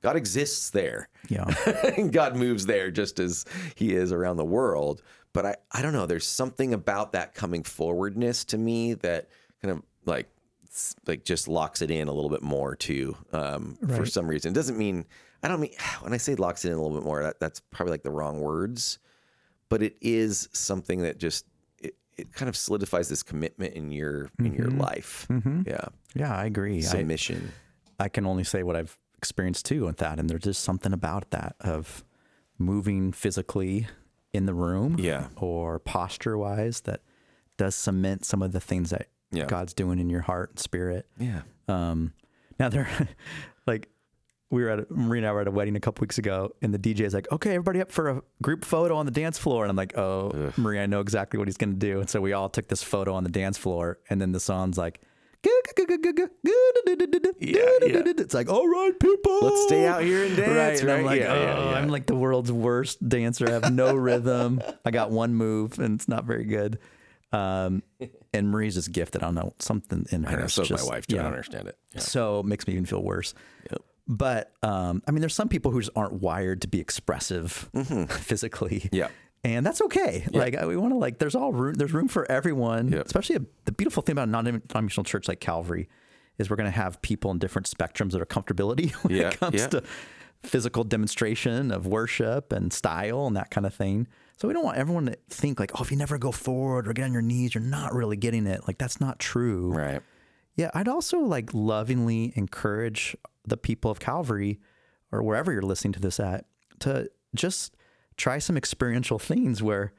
[SPEAKER 2] god exists there
[SPEAKER 3] Yeah.
[SPEAKER 2] and god moves there just as he is around the world but i i don't know there's something about that coming forwardness to me that kind of like s- like just locks it in a little bit more too um for some reason it doesn't mean i don't mean when i say locks it in a little bit more that, that's probably like the wrong words but it is something that just it, it kind of solidifies this commitment in your in your life. Yeah,
[SPEAKER 3] Mm-hmm. Yeah, I agree. I,
[SPEAKER 2] submission.
[SPEAKER 3] I can only say what I've experienced too with that. And there's just something about that of moving physically in the room
[SPEAKER 2] Yeah.
[SPEAKER 3] or posture wise that does cement some of the things that
[SPEAKER 2] Yeah.
[SPEAKER 3] God's doing in your heart and spirit.
[SPEAKER 2] yeah,
[SPEAKER 3] Um, now they're like, we were at a, Marie and I were at a wedding a couple weeks ago, and the DJ's like, "Okay, everybody up for a group photo on the dance floor." And I'm like, "Oh, Marie, I know exactly what he's gonna do." And so we all took this photo on the dance floor, and then the song's like, "It's like, all right, people,
[SPEAKER 2] Let's stay out here and
[SPEAKER 3] Right,
[SPEAKER 2] dance,
[SPEAKER 3] and I'm
[SPEAKER 2] right?
[SPEAKER 3] like,
[SPEAKER 2] Yeah, yeah,
[SPEAKER 3] "Oh,
[SPEAKER 2] yeah."
[SPEAKER 3] I'm like the world's worst dancer. I have no rhythm. I got one move, and it's not very good." Um, and Marie's just gifted. I don't know something in her.
[SPEAKER 2] Yeah,
[SPEAKER 3] is
[SPEAKER 2] so is
[SPEAKER 3] Oh, just-
[SPEAKER 2] my wife. Too. I
[SPEAKER 3] yeah.
[SPEAKER 2] don't understand it. Yeah.
[SPEAKER 3] So it makes me even feel worse. But um, I mean, there's some people who just aren't wired to be expressive physically.
[SPEAKER 4] Mm-hmm. Yeah.
[SPEAKER 3] And that's okay. Like I- we want to like, there's all room. There's room for everyone.
[SPEAKER 4] Yeah.
[SPEAKER 3] Especially a, the beautiful thing about a non-denominational church like Calvary is we're going to have people in different spectrums of their comfortability when
[SPEAKER 4] Yeah,
[SPEAKER 3] it comes
[SPEAKER 4] yeah.
[SPEAKER 3] to physical demonstration of worship and style and that kind of thing. So we don't want everyone to think like, oh, if you never go forward or get on your knees, you're not really getting it. Like that's not true.
[SPEAKER 4] Right.
[SPEAKER 3] Yeah, I'd also like lovingly encourage the people of Calvary or wherever you're listening to this at to just try some experiential things where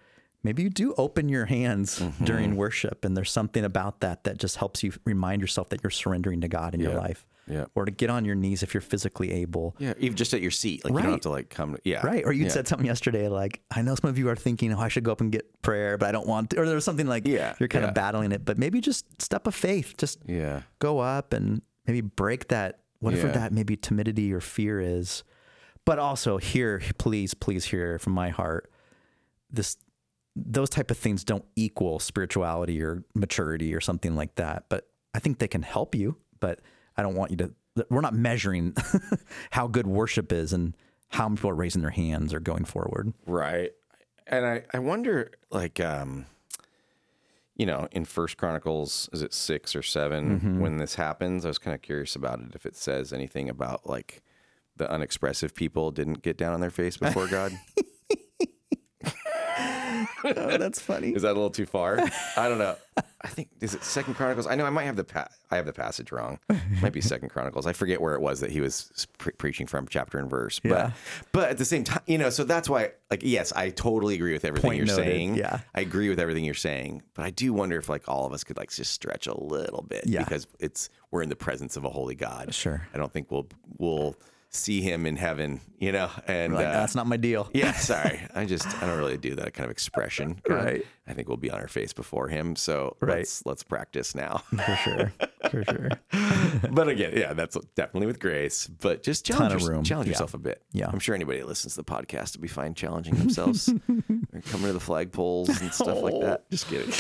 [SPEAKER 3] maybe you do open your hands
[SPEAKER 4] Mm-hmm.
[SPEAKER 3] during worship and there's something about that that just helps you remind yourself that you're surrendering to God in your life.
[SPEAKER 4] Yeah.
[SPEAKER 3] Or to get on your knees if you're physically able.
[SPEAKER 4] Yeah. Even just at your seat. Like you don't have
[SPEAKER 3] Right.
[SPEAKER 4] to like come. Yeah.
[SPEAKER 3] Right. Or you
[SPEAKER 4] yeah.
[SPEAKER 3] said something yesterday like, I know some of you are thinking, oh, I should go up and get prayer, but I don't want to. Or there's something like,
[SPEAKER 4] Yeah,
[SPEAKER 3] you're kind
[SPEAKER 4] yeah.
[SPEAKER 3] of battling it, but maybe just step of faith. Just
[SPEAKER 4] Yeah.
[SPEAKER 3] go up and maybe break that whatever
[SPEAKER 4] Yeah.
[SPEAKER 3] that maybe timidity or fear is. But also here, please, please hear from my heart, this those type of things don't equal spirituality or maturity or something like that. But I think they can help you, but I don't want you to we're not measuring how good worship is and how many people are raising their hands or going forward.
[SPEAKER 2] Right. And I, I wonder like um you know, in First Chronicles, is it six or 7
[SPEAKER 4] Mm-hmm.
[SPEAKER 2] when this happens? I was kind of curious about it if it says anything about like the unexpressive people didn't get down on their face before God.
[SPEAKER 3] Oh, that's funny.
[SPEAKER 2] Is that a little too far? I don't know. I think is it Second Chronicles. I know I might have the pa- I have the passage wrong. It might be Second Chronicles. I forget where it was that he was pre- preaching from, chapter and verse. But
[SPEAKER 3] Yeah.
[SPEAKER 2] but at the same time, you know, so that's why. Like, yes, I totally agree with everything
[SPEAKER 3] Point
[SPEAKER 2] you're
[SPEAKER 3] noted.
[SPEAKER 2] saying.
[SPEAKER 3] Yeah.
[SPEAKER 2] I agree with everything you're saying. But I do wonder if like all of us could like just stretch a little bit
[SPEAKER 3] Yeah.
[SPEAKER 2] because it's we're in the presence of a holy God.
[SPEAKER 3] Sure.
[SPEAKER 2] I don't think we'll we'll see him in heaven. You know, and
[SPEAKER 3] Like,
[SPEAKER 2] uh,
[SPEAKER 3] that's not my deal.
[SPEAKER 2] yeah, sorry. I just I don't really do that kind of expression. God,
[SPEAKER 3] Right.
[SPEAKER 2] I think we'll be on our face before him. So
[SPEAKER 3] Right.
[SPEAKER 2] let's let's practice now.
[SPEAKER 3] For sure. For sure.
[SPEAKER 2] but again, yeah, that's definitely with grace. But just challenge,
[SPEAKER 3] of
[SPEAKER 2] yours-
[SPEAKER 3] room.
[SPEAKER 2] challenge
[SPEAKER 3] Yeah.
[SPEAKER 2] yourself a bit.
[SPEAKER 3] Yeah.
[SPEAKER 2] I'm sure anybody that listens to the podcast will be fine challenging themselves or coming to the flagpoles and stuff like that. Just kidding.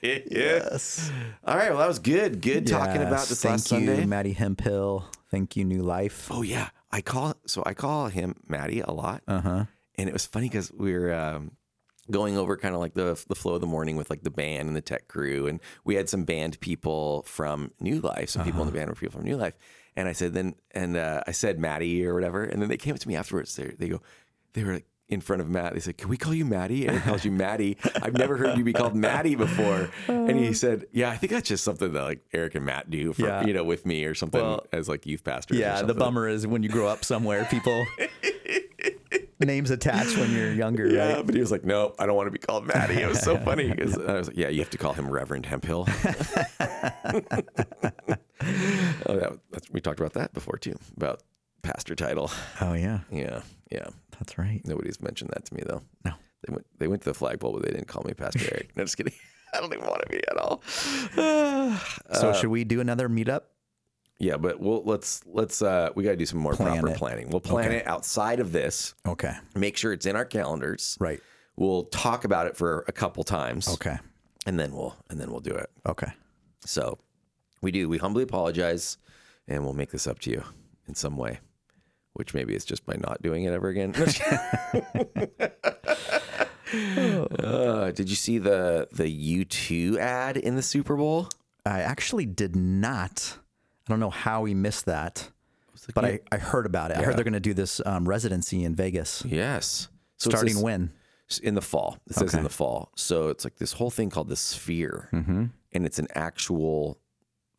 [SPEAKER 3] Yes.
[SPEAKER 2] All right. Well, that was good. Good talking about
[SPEAKER 3] Yes.
[SPEAKER 2] this
[SPEAKER 3] Thank
[SPEAKER 2] last
[SPEAKER 3] you,
[SPEAKER 2] Sunday.
[SPEAKER 3] Maddie Hempill. Thank you, New Life.
[SPEAKER 2] Oh yeah, I call so I call him Matty a lot.
[SPEAKER 3] Uh-huh.
[SPEAKER 2] And it was funny because we were um, going over kind of like the the flow of the morning with like the band and the tech crew, and we had some band people from New Life. Some people in the
[SPEAKER 3] Uh-huh.
[SPEAKER 2] band were people from New Life. And I said then, and uh, I said Matty or whatever, and then they came up to me afterwards. They they go, they were. like, in front of Matt, they said, "Can we call you Matty?" Eric calls you Matty. I've never heard you be called Matty before. And he said, "Yeah, I think that's just something that like Eric and Matt do, for,
[SPEAKER 3] Yeah.
[SPEAKER 2] you know, with me or something as like youth pastors." or
[SPEAKER 3] Yeah, the
[SPEAKER 2] something."
[SPEAKER 3] bummer is when you grow up somewhere, people names attached when you're younger,
[SPEAKER 2] Yeah,
[SPEAKER 3] right?
[SPEAKER 2] but he was like, "No, I don't want to be called Matty." It was so funny 'cause I was like, "Yeah, you have to call him Reverend Hemphill." oh, that, that's, we talked about that before too about pastor title.
[SPEAKER 3] Oh yeah,
[SPEAKER 2] Yeah, yeah.
[SPEAKER 3] that's right.
[SPEAKER 2] Nobody's mentioned that to me though.
[SPEAKER 3] No.
[SPEAKER 2] they went they went to the flagpole, but they didn't call me Pastor Eric. No, just kidding. I don't even want to be at all. Uh,
[SPEAKER 3] So should we do another meetup?
[SPEAKER 2] yeah, but we'll let's let's uh we got to do some more
[SPEAKER 3] Plan
[SPEAKER 2] proper
[SPEAKER 3] it.
[SPEAKER 2] planning. We'll plan
[SPEAKER 3] Okay.
[SPEAKER 2] it outside of this.
[SPEAKER 3] Okay,
[SPEAKER 2] Make sure it's in our calendars.
[SPEAKER 3] right.
[SPEAKER 2] We'll talk about it for a couple times.
[SPEAKER 3] Okay,
[SPEAKER 2] and then we'll and then we'll do it.
[SPEAKER 3] okay.
[SPEAKER 2] So we do. We humbly apologize, and we'll make this up to you in some way, which maybe it's just by not doing it ever again. uh, did you see the the U two ad in the Super Bowl?
[SPEAKER 3] I actually did not. I don't know how we missed that, but I, I heard about it. I heard they're going to do this um, residency in Vegas
[SPEAKER 2] Yes. So it's
[SPEAKER 3] starting
[SPEAKER 2] this-
[SPEAKER 3] when.
[SPEAKER 2] in the fall. It says in the fall. So it's like this whole thing called the Sphere,
[SPEAKER 3] Mm-hmm.
[SPEAKER 2] and it's an actual,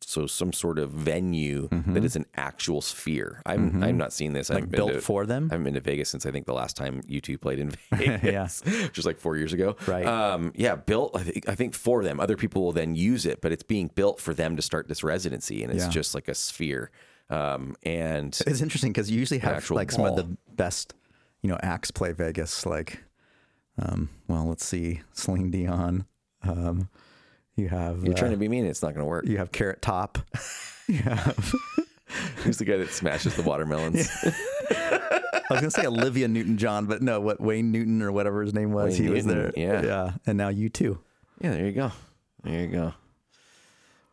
[SPEAKER 2] so some sort of venue that is an actual sphere. I'm I'm not seeing this. I haven't been
[SPEAKER 3] Mm-hmm. built
[SPEAKER 2] to-
[SPEAKER 3] for them?
[SPEAKER 2] I haven't been to Vegas since I think the last time you two played in Vegas, which was like four years ago.
[SPEAKER 3] Right.
[SPEAKER 2] Um, yeah, built. I think I think for them. Other people will then use it, but it's being built for them to start this residency, and it's
[SPEAKER 3] Yeah.
[SPEAKER 2] just like a sphere. Um, and
[SPEAKER 3] It's interesting because you usually have
[SPEAKER 2] actual
[SPEAKER 3] like some of
[SPEAKER 2] ball.
[SPEAKER 3] the best, you know, acts play Vegas. Like, um, well, let's see, Celine Dion. Um, you have
[SPEAKER 2] you're
[SPEAKER 3] uh,
[SPEAKER 2] trying to be mean. It's not going to work.
[SPEAKER 3] You have carrot top. yeah.
[SPEAKER 2] Who's the guy that smashes the watermelons?
[SPEAKER 3] I was gonna say Olivia Newton John, but no, what Wayne Newton or whatever his name was,
[SPEAKER 2] Wayne
[SPEAKER 3] he was
[SPEAKER 2] Newton, yeah.
[SPEAKER 3] there. yeah. And now you too.
[SPEAKER 2] Yeah, there you go. There you go.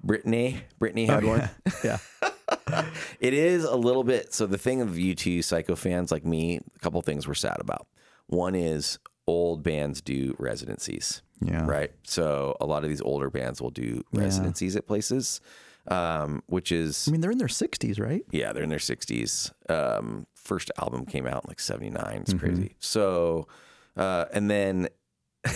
[SPEAKER 2] Brittany, Brittany had one.
[SPEAKER 3] Oh, yeah.
[SPEAKER 2] It is a little bit. So the thing of U2 psycho fans like me, a couple things we're sad about. One is old bands do residencies.
[SPEAKER 3] Yeah.
[SPEAKER 2] Right. So a lot of these older bands will do residencies at places, um, which is
[SPEAKER 3] I mean, they're in their 60s, right?
[SPEAKER 2] yeah, they're in their 60s. Um, first album came out in like 79. It's
[SPEAKER 3] Mm-hmm.
[SPEAKER 2] crazy. So, uh, and then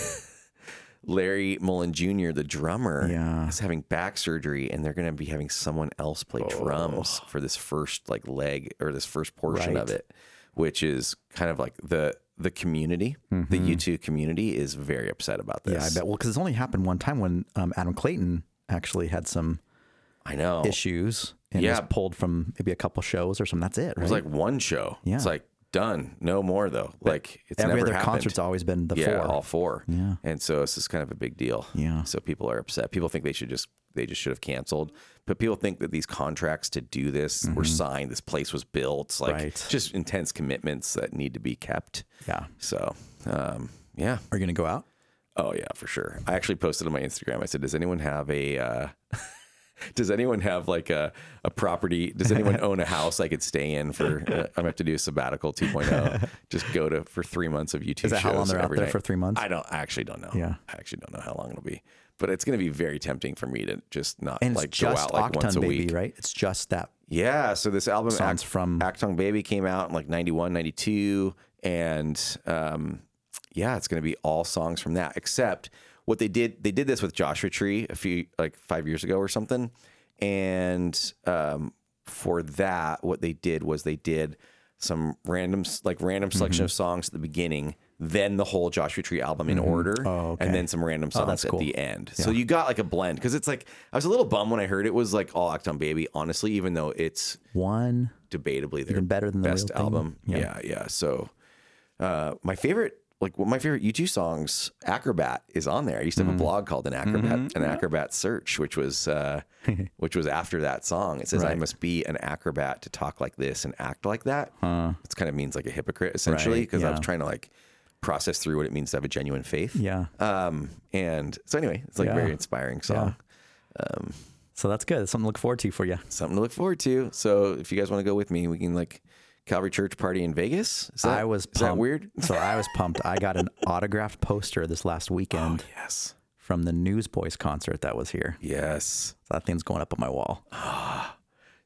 [SPEAKER 2] Larry Mullen Jr., the drummer,
[SPEAKER 3] Yeah. Oh.
[SPEAKER 2] is having back surgery, and they're going to be having someone else play drums for this first like leg or this first portion of
[SPEAKER 3] Right.
[SPEAKER 2] it, which is kind of like the the community, the U2 community is very upset about this.
[SPEAKER 3] Mm-hmm. Yeah, I bet. Well, because it's only happened one time when um, Adam Clayton actually had some
[SPEAKER 2] I
[SPEAKER 3] Oh.
[SPEAKER 2] know.
[SPEAKER 3] issues and
[SPEAKER 2] Yeah.
[SPEAKER 3] was pulled from maybe a couple shows or something. That's it,
[SPEAKER 2] It
[SPEAKER 3] right?
[SPEAKER 2] was like one show.
[SPEAKER 3] Yeah.
[SPEAKER 2] It's like done. No more though. Like it's
[SPEAKER 3] Every
[SPEAKER 2] never
[SPEAKER 3] other
[SPEAKER 2] happened.
[SPEAKER 3] concert's always been the
[SPEAKER 2] yeah,
[SPEAKER 3] four.
[SPEAKER 2] all four.
[SPEAKER 3] Yeah.
[SPEAKER 2] And so this is kind of a big deal.
[SPEAKER 3] Yeah.
[SPEAKER 2] So people are upset. People think they should just they just should have canceled. But people think that these contracts to do this were signed. This place was built. Like
[SPEAKER 3] Mm-hmm. Right.
[SPEAKER 2] just intense commitments that need to be kept.
[SPEAKER 3] Yeah.
[SPEAKER 2] So um, yeah.
[SPEAKER 3] Are you going to go out?
[SPEAKER 2] Oh yeah, for sure. I actually posted on my Instagram. I said, "Does anyone have a uh, Does anyone have like a, a property? Does anyone own a house I could stay in for? Uh, I'm gonna have to do a sabbatical 2.0. Just go to for three months of YouTube.
[SPEAKER 3] Is that how
[SPEAKER 2] shows
[SPEAKER 3] long they're out
[SPEAKER 2] every
[SPEAKER 3] there
[SPEAKER 2] night.
[SPEAKER 3] for three months?
[SPEAKER 2] I don't. I actually don't know.
[SPEAKER 3] Yeah.
[SPEAKER 2] I actually don't know how long it'll be. But it's gonna be very tempting for me to just not
[SPEAKER 3] And
[SPEAKER 2] like
[SPEAKER 3] it's
[SPEAKER 2] go
[SPEAKER 3] just
[SPEAKER 2] out like
[SPEAKER 3] Octane
[SPEAKER 2] once a
[SPEAKER 3] Baby,
[SPEAKER 2] week.
[SPEAKER 3] right? It's just that.
[SPEAKER 2] Yeah. So this album
[SPEAKER 3] Songs from-
[SPEAKER 2] Actong Baby came out in like 91, 92. And um, yeah, it's going to be all songs from that, except what they did. They did this with Joshua Tree a few, like five years ago or something. And um, for that, what they did was they did some random, like
[SPEAKER 3] Mm-hmm.
[SPEAKER 2] random selection of songs at the beginning, then the whole Joshua Tree album in order,
[SPEAKER 3] Oh, okay.
[SPEAKER 2] and then some random songs
[SPEAKER 3] that's
[SPEAKER 2] at
[SPEAKER 3] cool.
[SPEAKER 2] the end. So you got like a blend because it's like I was a little bummed when I heard it was like all Acton Baby, honestly, even though it's
[SPEAKER 3] One.
[SPEAKER 2] debatably their
[SPEAKER 3] Even better than the
[SPEAKER 2] best
[SPEAKER 3] real thing.
[SPEAKER 2] album.
[SPEAKER 3] Yeah.
[SPEAKER 2] Yeah. yeah, So uh, my favorite, like one of my favorite U2 songs, Acrobat, is on there. I used to
[SPEAKER 3] Mm-hmm.
[SPEAKER 2] have a blog called an Acrobat, an Acrobat Search, which was uh, which was after that song. It says I must be an acrobat to talk like this and act like that. It kind of means like a hypocrite essentially
[SPEAKER 3] Right,
[SPEAKER 2] because I
[SPEAKER 3] yeah.
[SPEAKER 2] was trying to like process through what it means to have a genuine faith.
[SPEAKER 3] Yeah.
[SPEAKER 2] Um, and so anyway, it's like
[SPEAKER 3] Yeah.
[SPEAKER 2] very inspiring song.
[SPEAKER 3] Yeah. So that's good. That's something to look forward to for you.
[SPEAKER 2] Something to look forward to. So if you guys want to go with me, we can like Calvary Church party in Vegas. Is that,
[SPEAKER 3] I was pumped.
[SPEAKER 2] is that weird?
[SPEAKER 3] so I was pumped. I got an autographed poster this last
[SPEAKER 2] Oh,
[SPEAKER 3] weekend
[SPEAKER 2] Yes.
[SPEAKER 3] from the Newsboys concert that was here.
[SPEAKER 2] Yes.
[SPEAKER 3] So that thing's going up on my wall.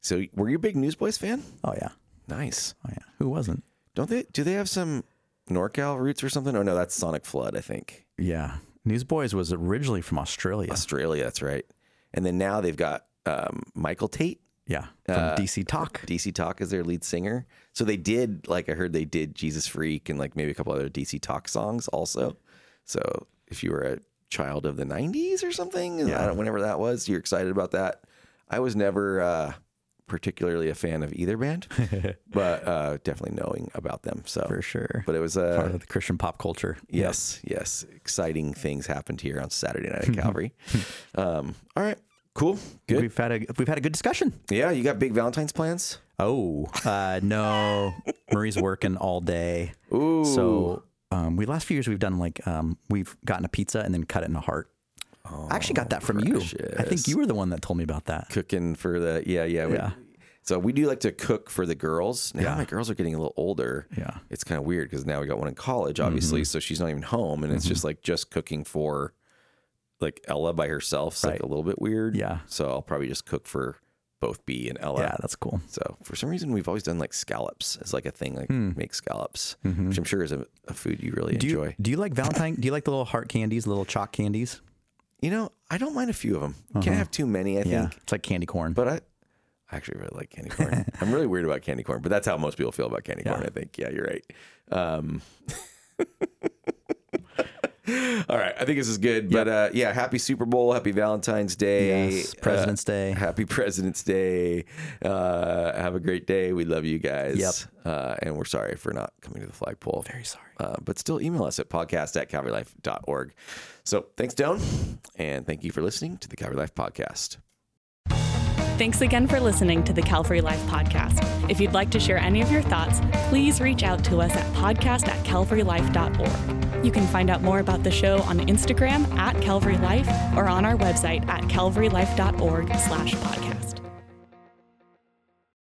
[SPEAKER 2] So were you a big Newsboys fan?
[SPEAKER 3] Oh yeah.
[SPEAKER 2] Nice.
[SPEAKER 3] Oh yeah. Who wasn't?
[SPEAKER 2] Don't they do they have some NorCal roots or something? Oh no, that's Sonic Flood, I think.
[SPEAKER 3] Yeah. Newsboys was originally from Australia.
[SPEAKER 2] Australia, that's right. And then now they've got um, Michael Tate.
[SPEAKER 3] yeah. From
[SPEAKER 2] Uh,
[SPEAKER 3] DC Talk.
[SPEAKER 2] DC Talk is their lead singer. So they did like I heard they did Jesus Freak and like maybe a couple other DC Talk songs also. So if you were a child of the 90s or something, I don't- whenever that was, you're excited about that. I was never uh, particularly a fan of either band, but uh, definitely knowing about them. So
[SPEAKER 3] For sure.
[SPEAKER 2] But it was
[SPEAKER 3] Part
[SPEAKER 2] uh,
[SPEAKER 3] of the Christian pop culture.
[SPEAKER 2] yes, yes, exciting things happened here on Saturday night at Calvary. um, all right, cool, good.
[SPEAKER 3] We've had a we've had a good discussion.
[SPEAKER 2] yeah, you got big Valentine's plans?
[SPEAKER 3] Oh uh, no, Marie's working all day.
[SPEAKER 2] Ooh,
[SPEAKER 3] So um, we last few years we've done like um, we've gotten a pizza and then cut it in a heart. I actually got that from you. I think
[SPEAKER 2] Oh,
[SPEAKER 3] you were the one that told me about that.
[SPEAKER 2] cooking for the yeah yeah we-
[SPEAKER 3] Yeah.
[SPEAKER 2] So we do like to cook for the girls. Now my girls are getting a little older.
[SPEAKER 3] Yeah. Mm-hmm.
[SPEAKER 2] it's kind of weird because now we got one in college, obviously. So she's not even home, and it's just like just cooking for like Ella by herself. It's like
[SPEAKER 3] Right.
[SPEAKER 2] a little bit weird.
[SPEAKER 3] Yeah.
[SPEAKER 2] So I'll probably just cook for both B and Ella.
[SPEAKER 3] Yeah, that's cool.
[SPEAKER 2] So for some reason we've always done like scallops as like a thing, like make scallops, which I'm sure is a, a food you really
[SPEAKER 3] Hmm. Mm-hmm. Do
[SPEAKER 2] enjoy.
[SPEAKER 3] you, do you like Valentine? Do you like the little heart candies, little chalk candies?
[SPEAKER 2] You know, I don't mind a few of them. Can't have too many, I
[SPEAKER 3] Uh-huh. Yeah,
[SPEAKER 2] think.
[SPEAKER 3] it's like candy corn.
[SPEAKER 2] But I I actually really like candy corn. I'm really weird about candy corn, but that's how most people feel about candy corn, I think. Yeah, you're right. Um, all right. I think this is good. But uh, yeah, happy Super Bowl. Happy Valentine's Day. Uh,
[SPEAKER 3] Yes, President's Day.
[SPEAKER 2] Happy President's Day. Uh, have a great day. We love you guys.
[SPEAKER 3] Yep.
[SPEAKER 2] Uh, and we're sorry for not coming to the flagpole. Very
[SPEAKER 3] sorry.
[SPEAKER 2] Uh, but still email us at podcast at calvarylife.org. So thanks, Doan. And thank you for listening to the Calvary Life Podcast.
[SPEAKER 1] Thanks again for listening to the Calvary Life Podcast. If you'd like to share any of your thoughts, please reach out to us at podcast at calvarylife.org. You can find out more about the show on Instagram at Calvary Life or on our website at calvarylife.org slash podcast.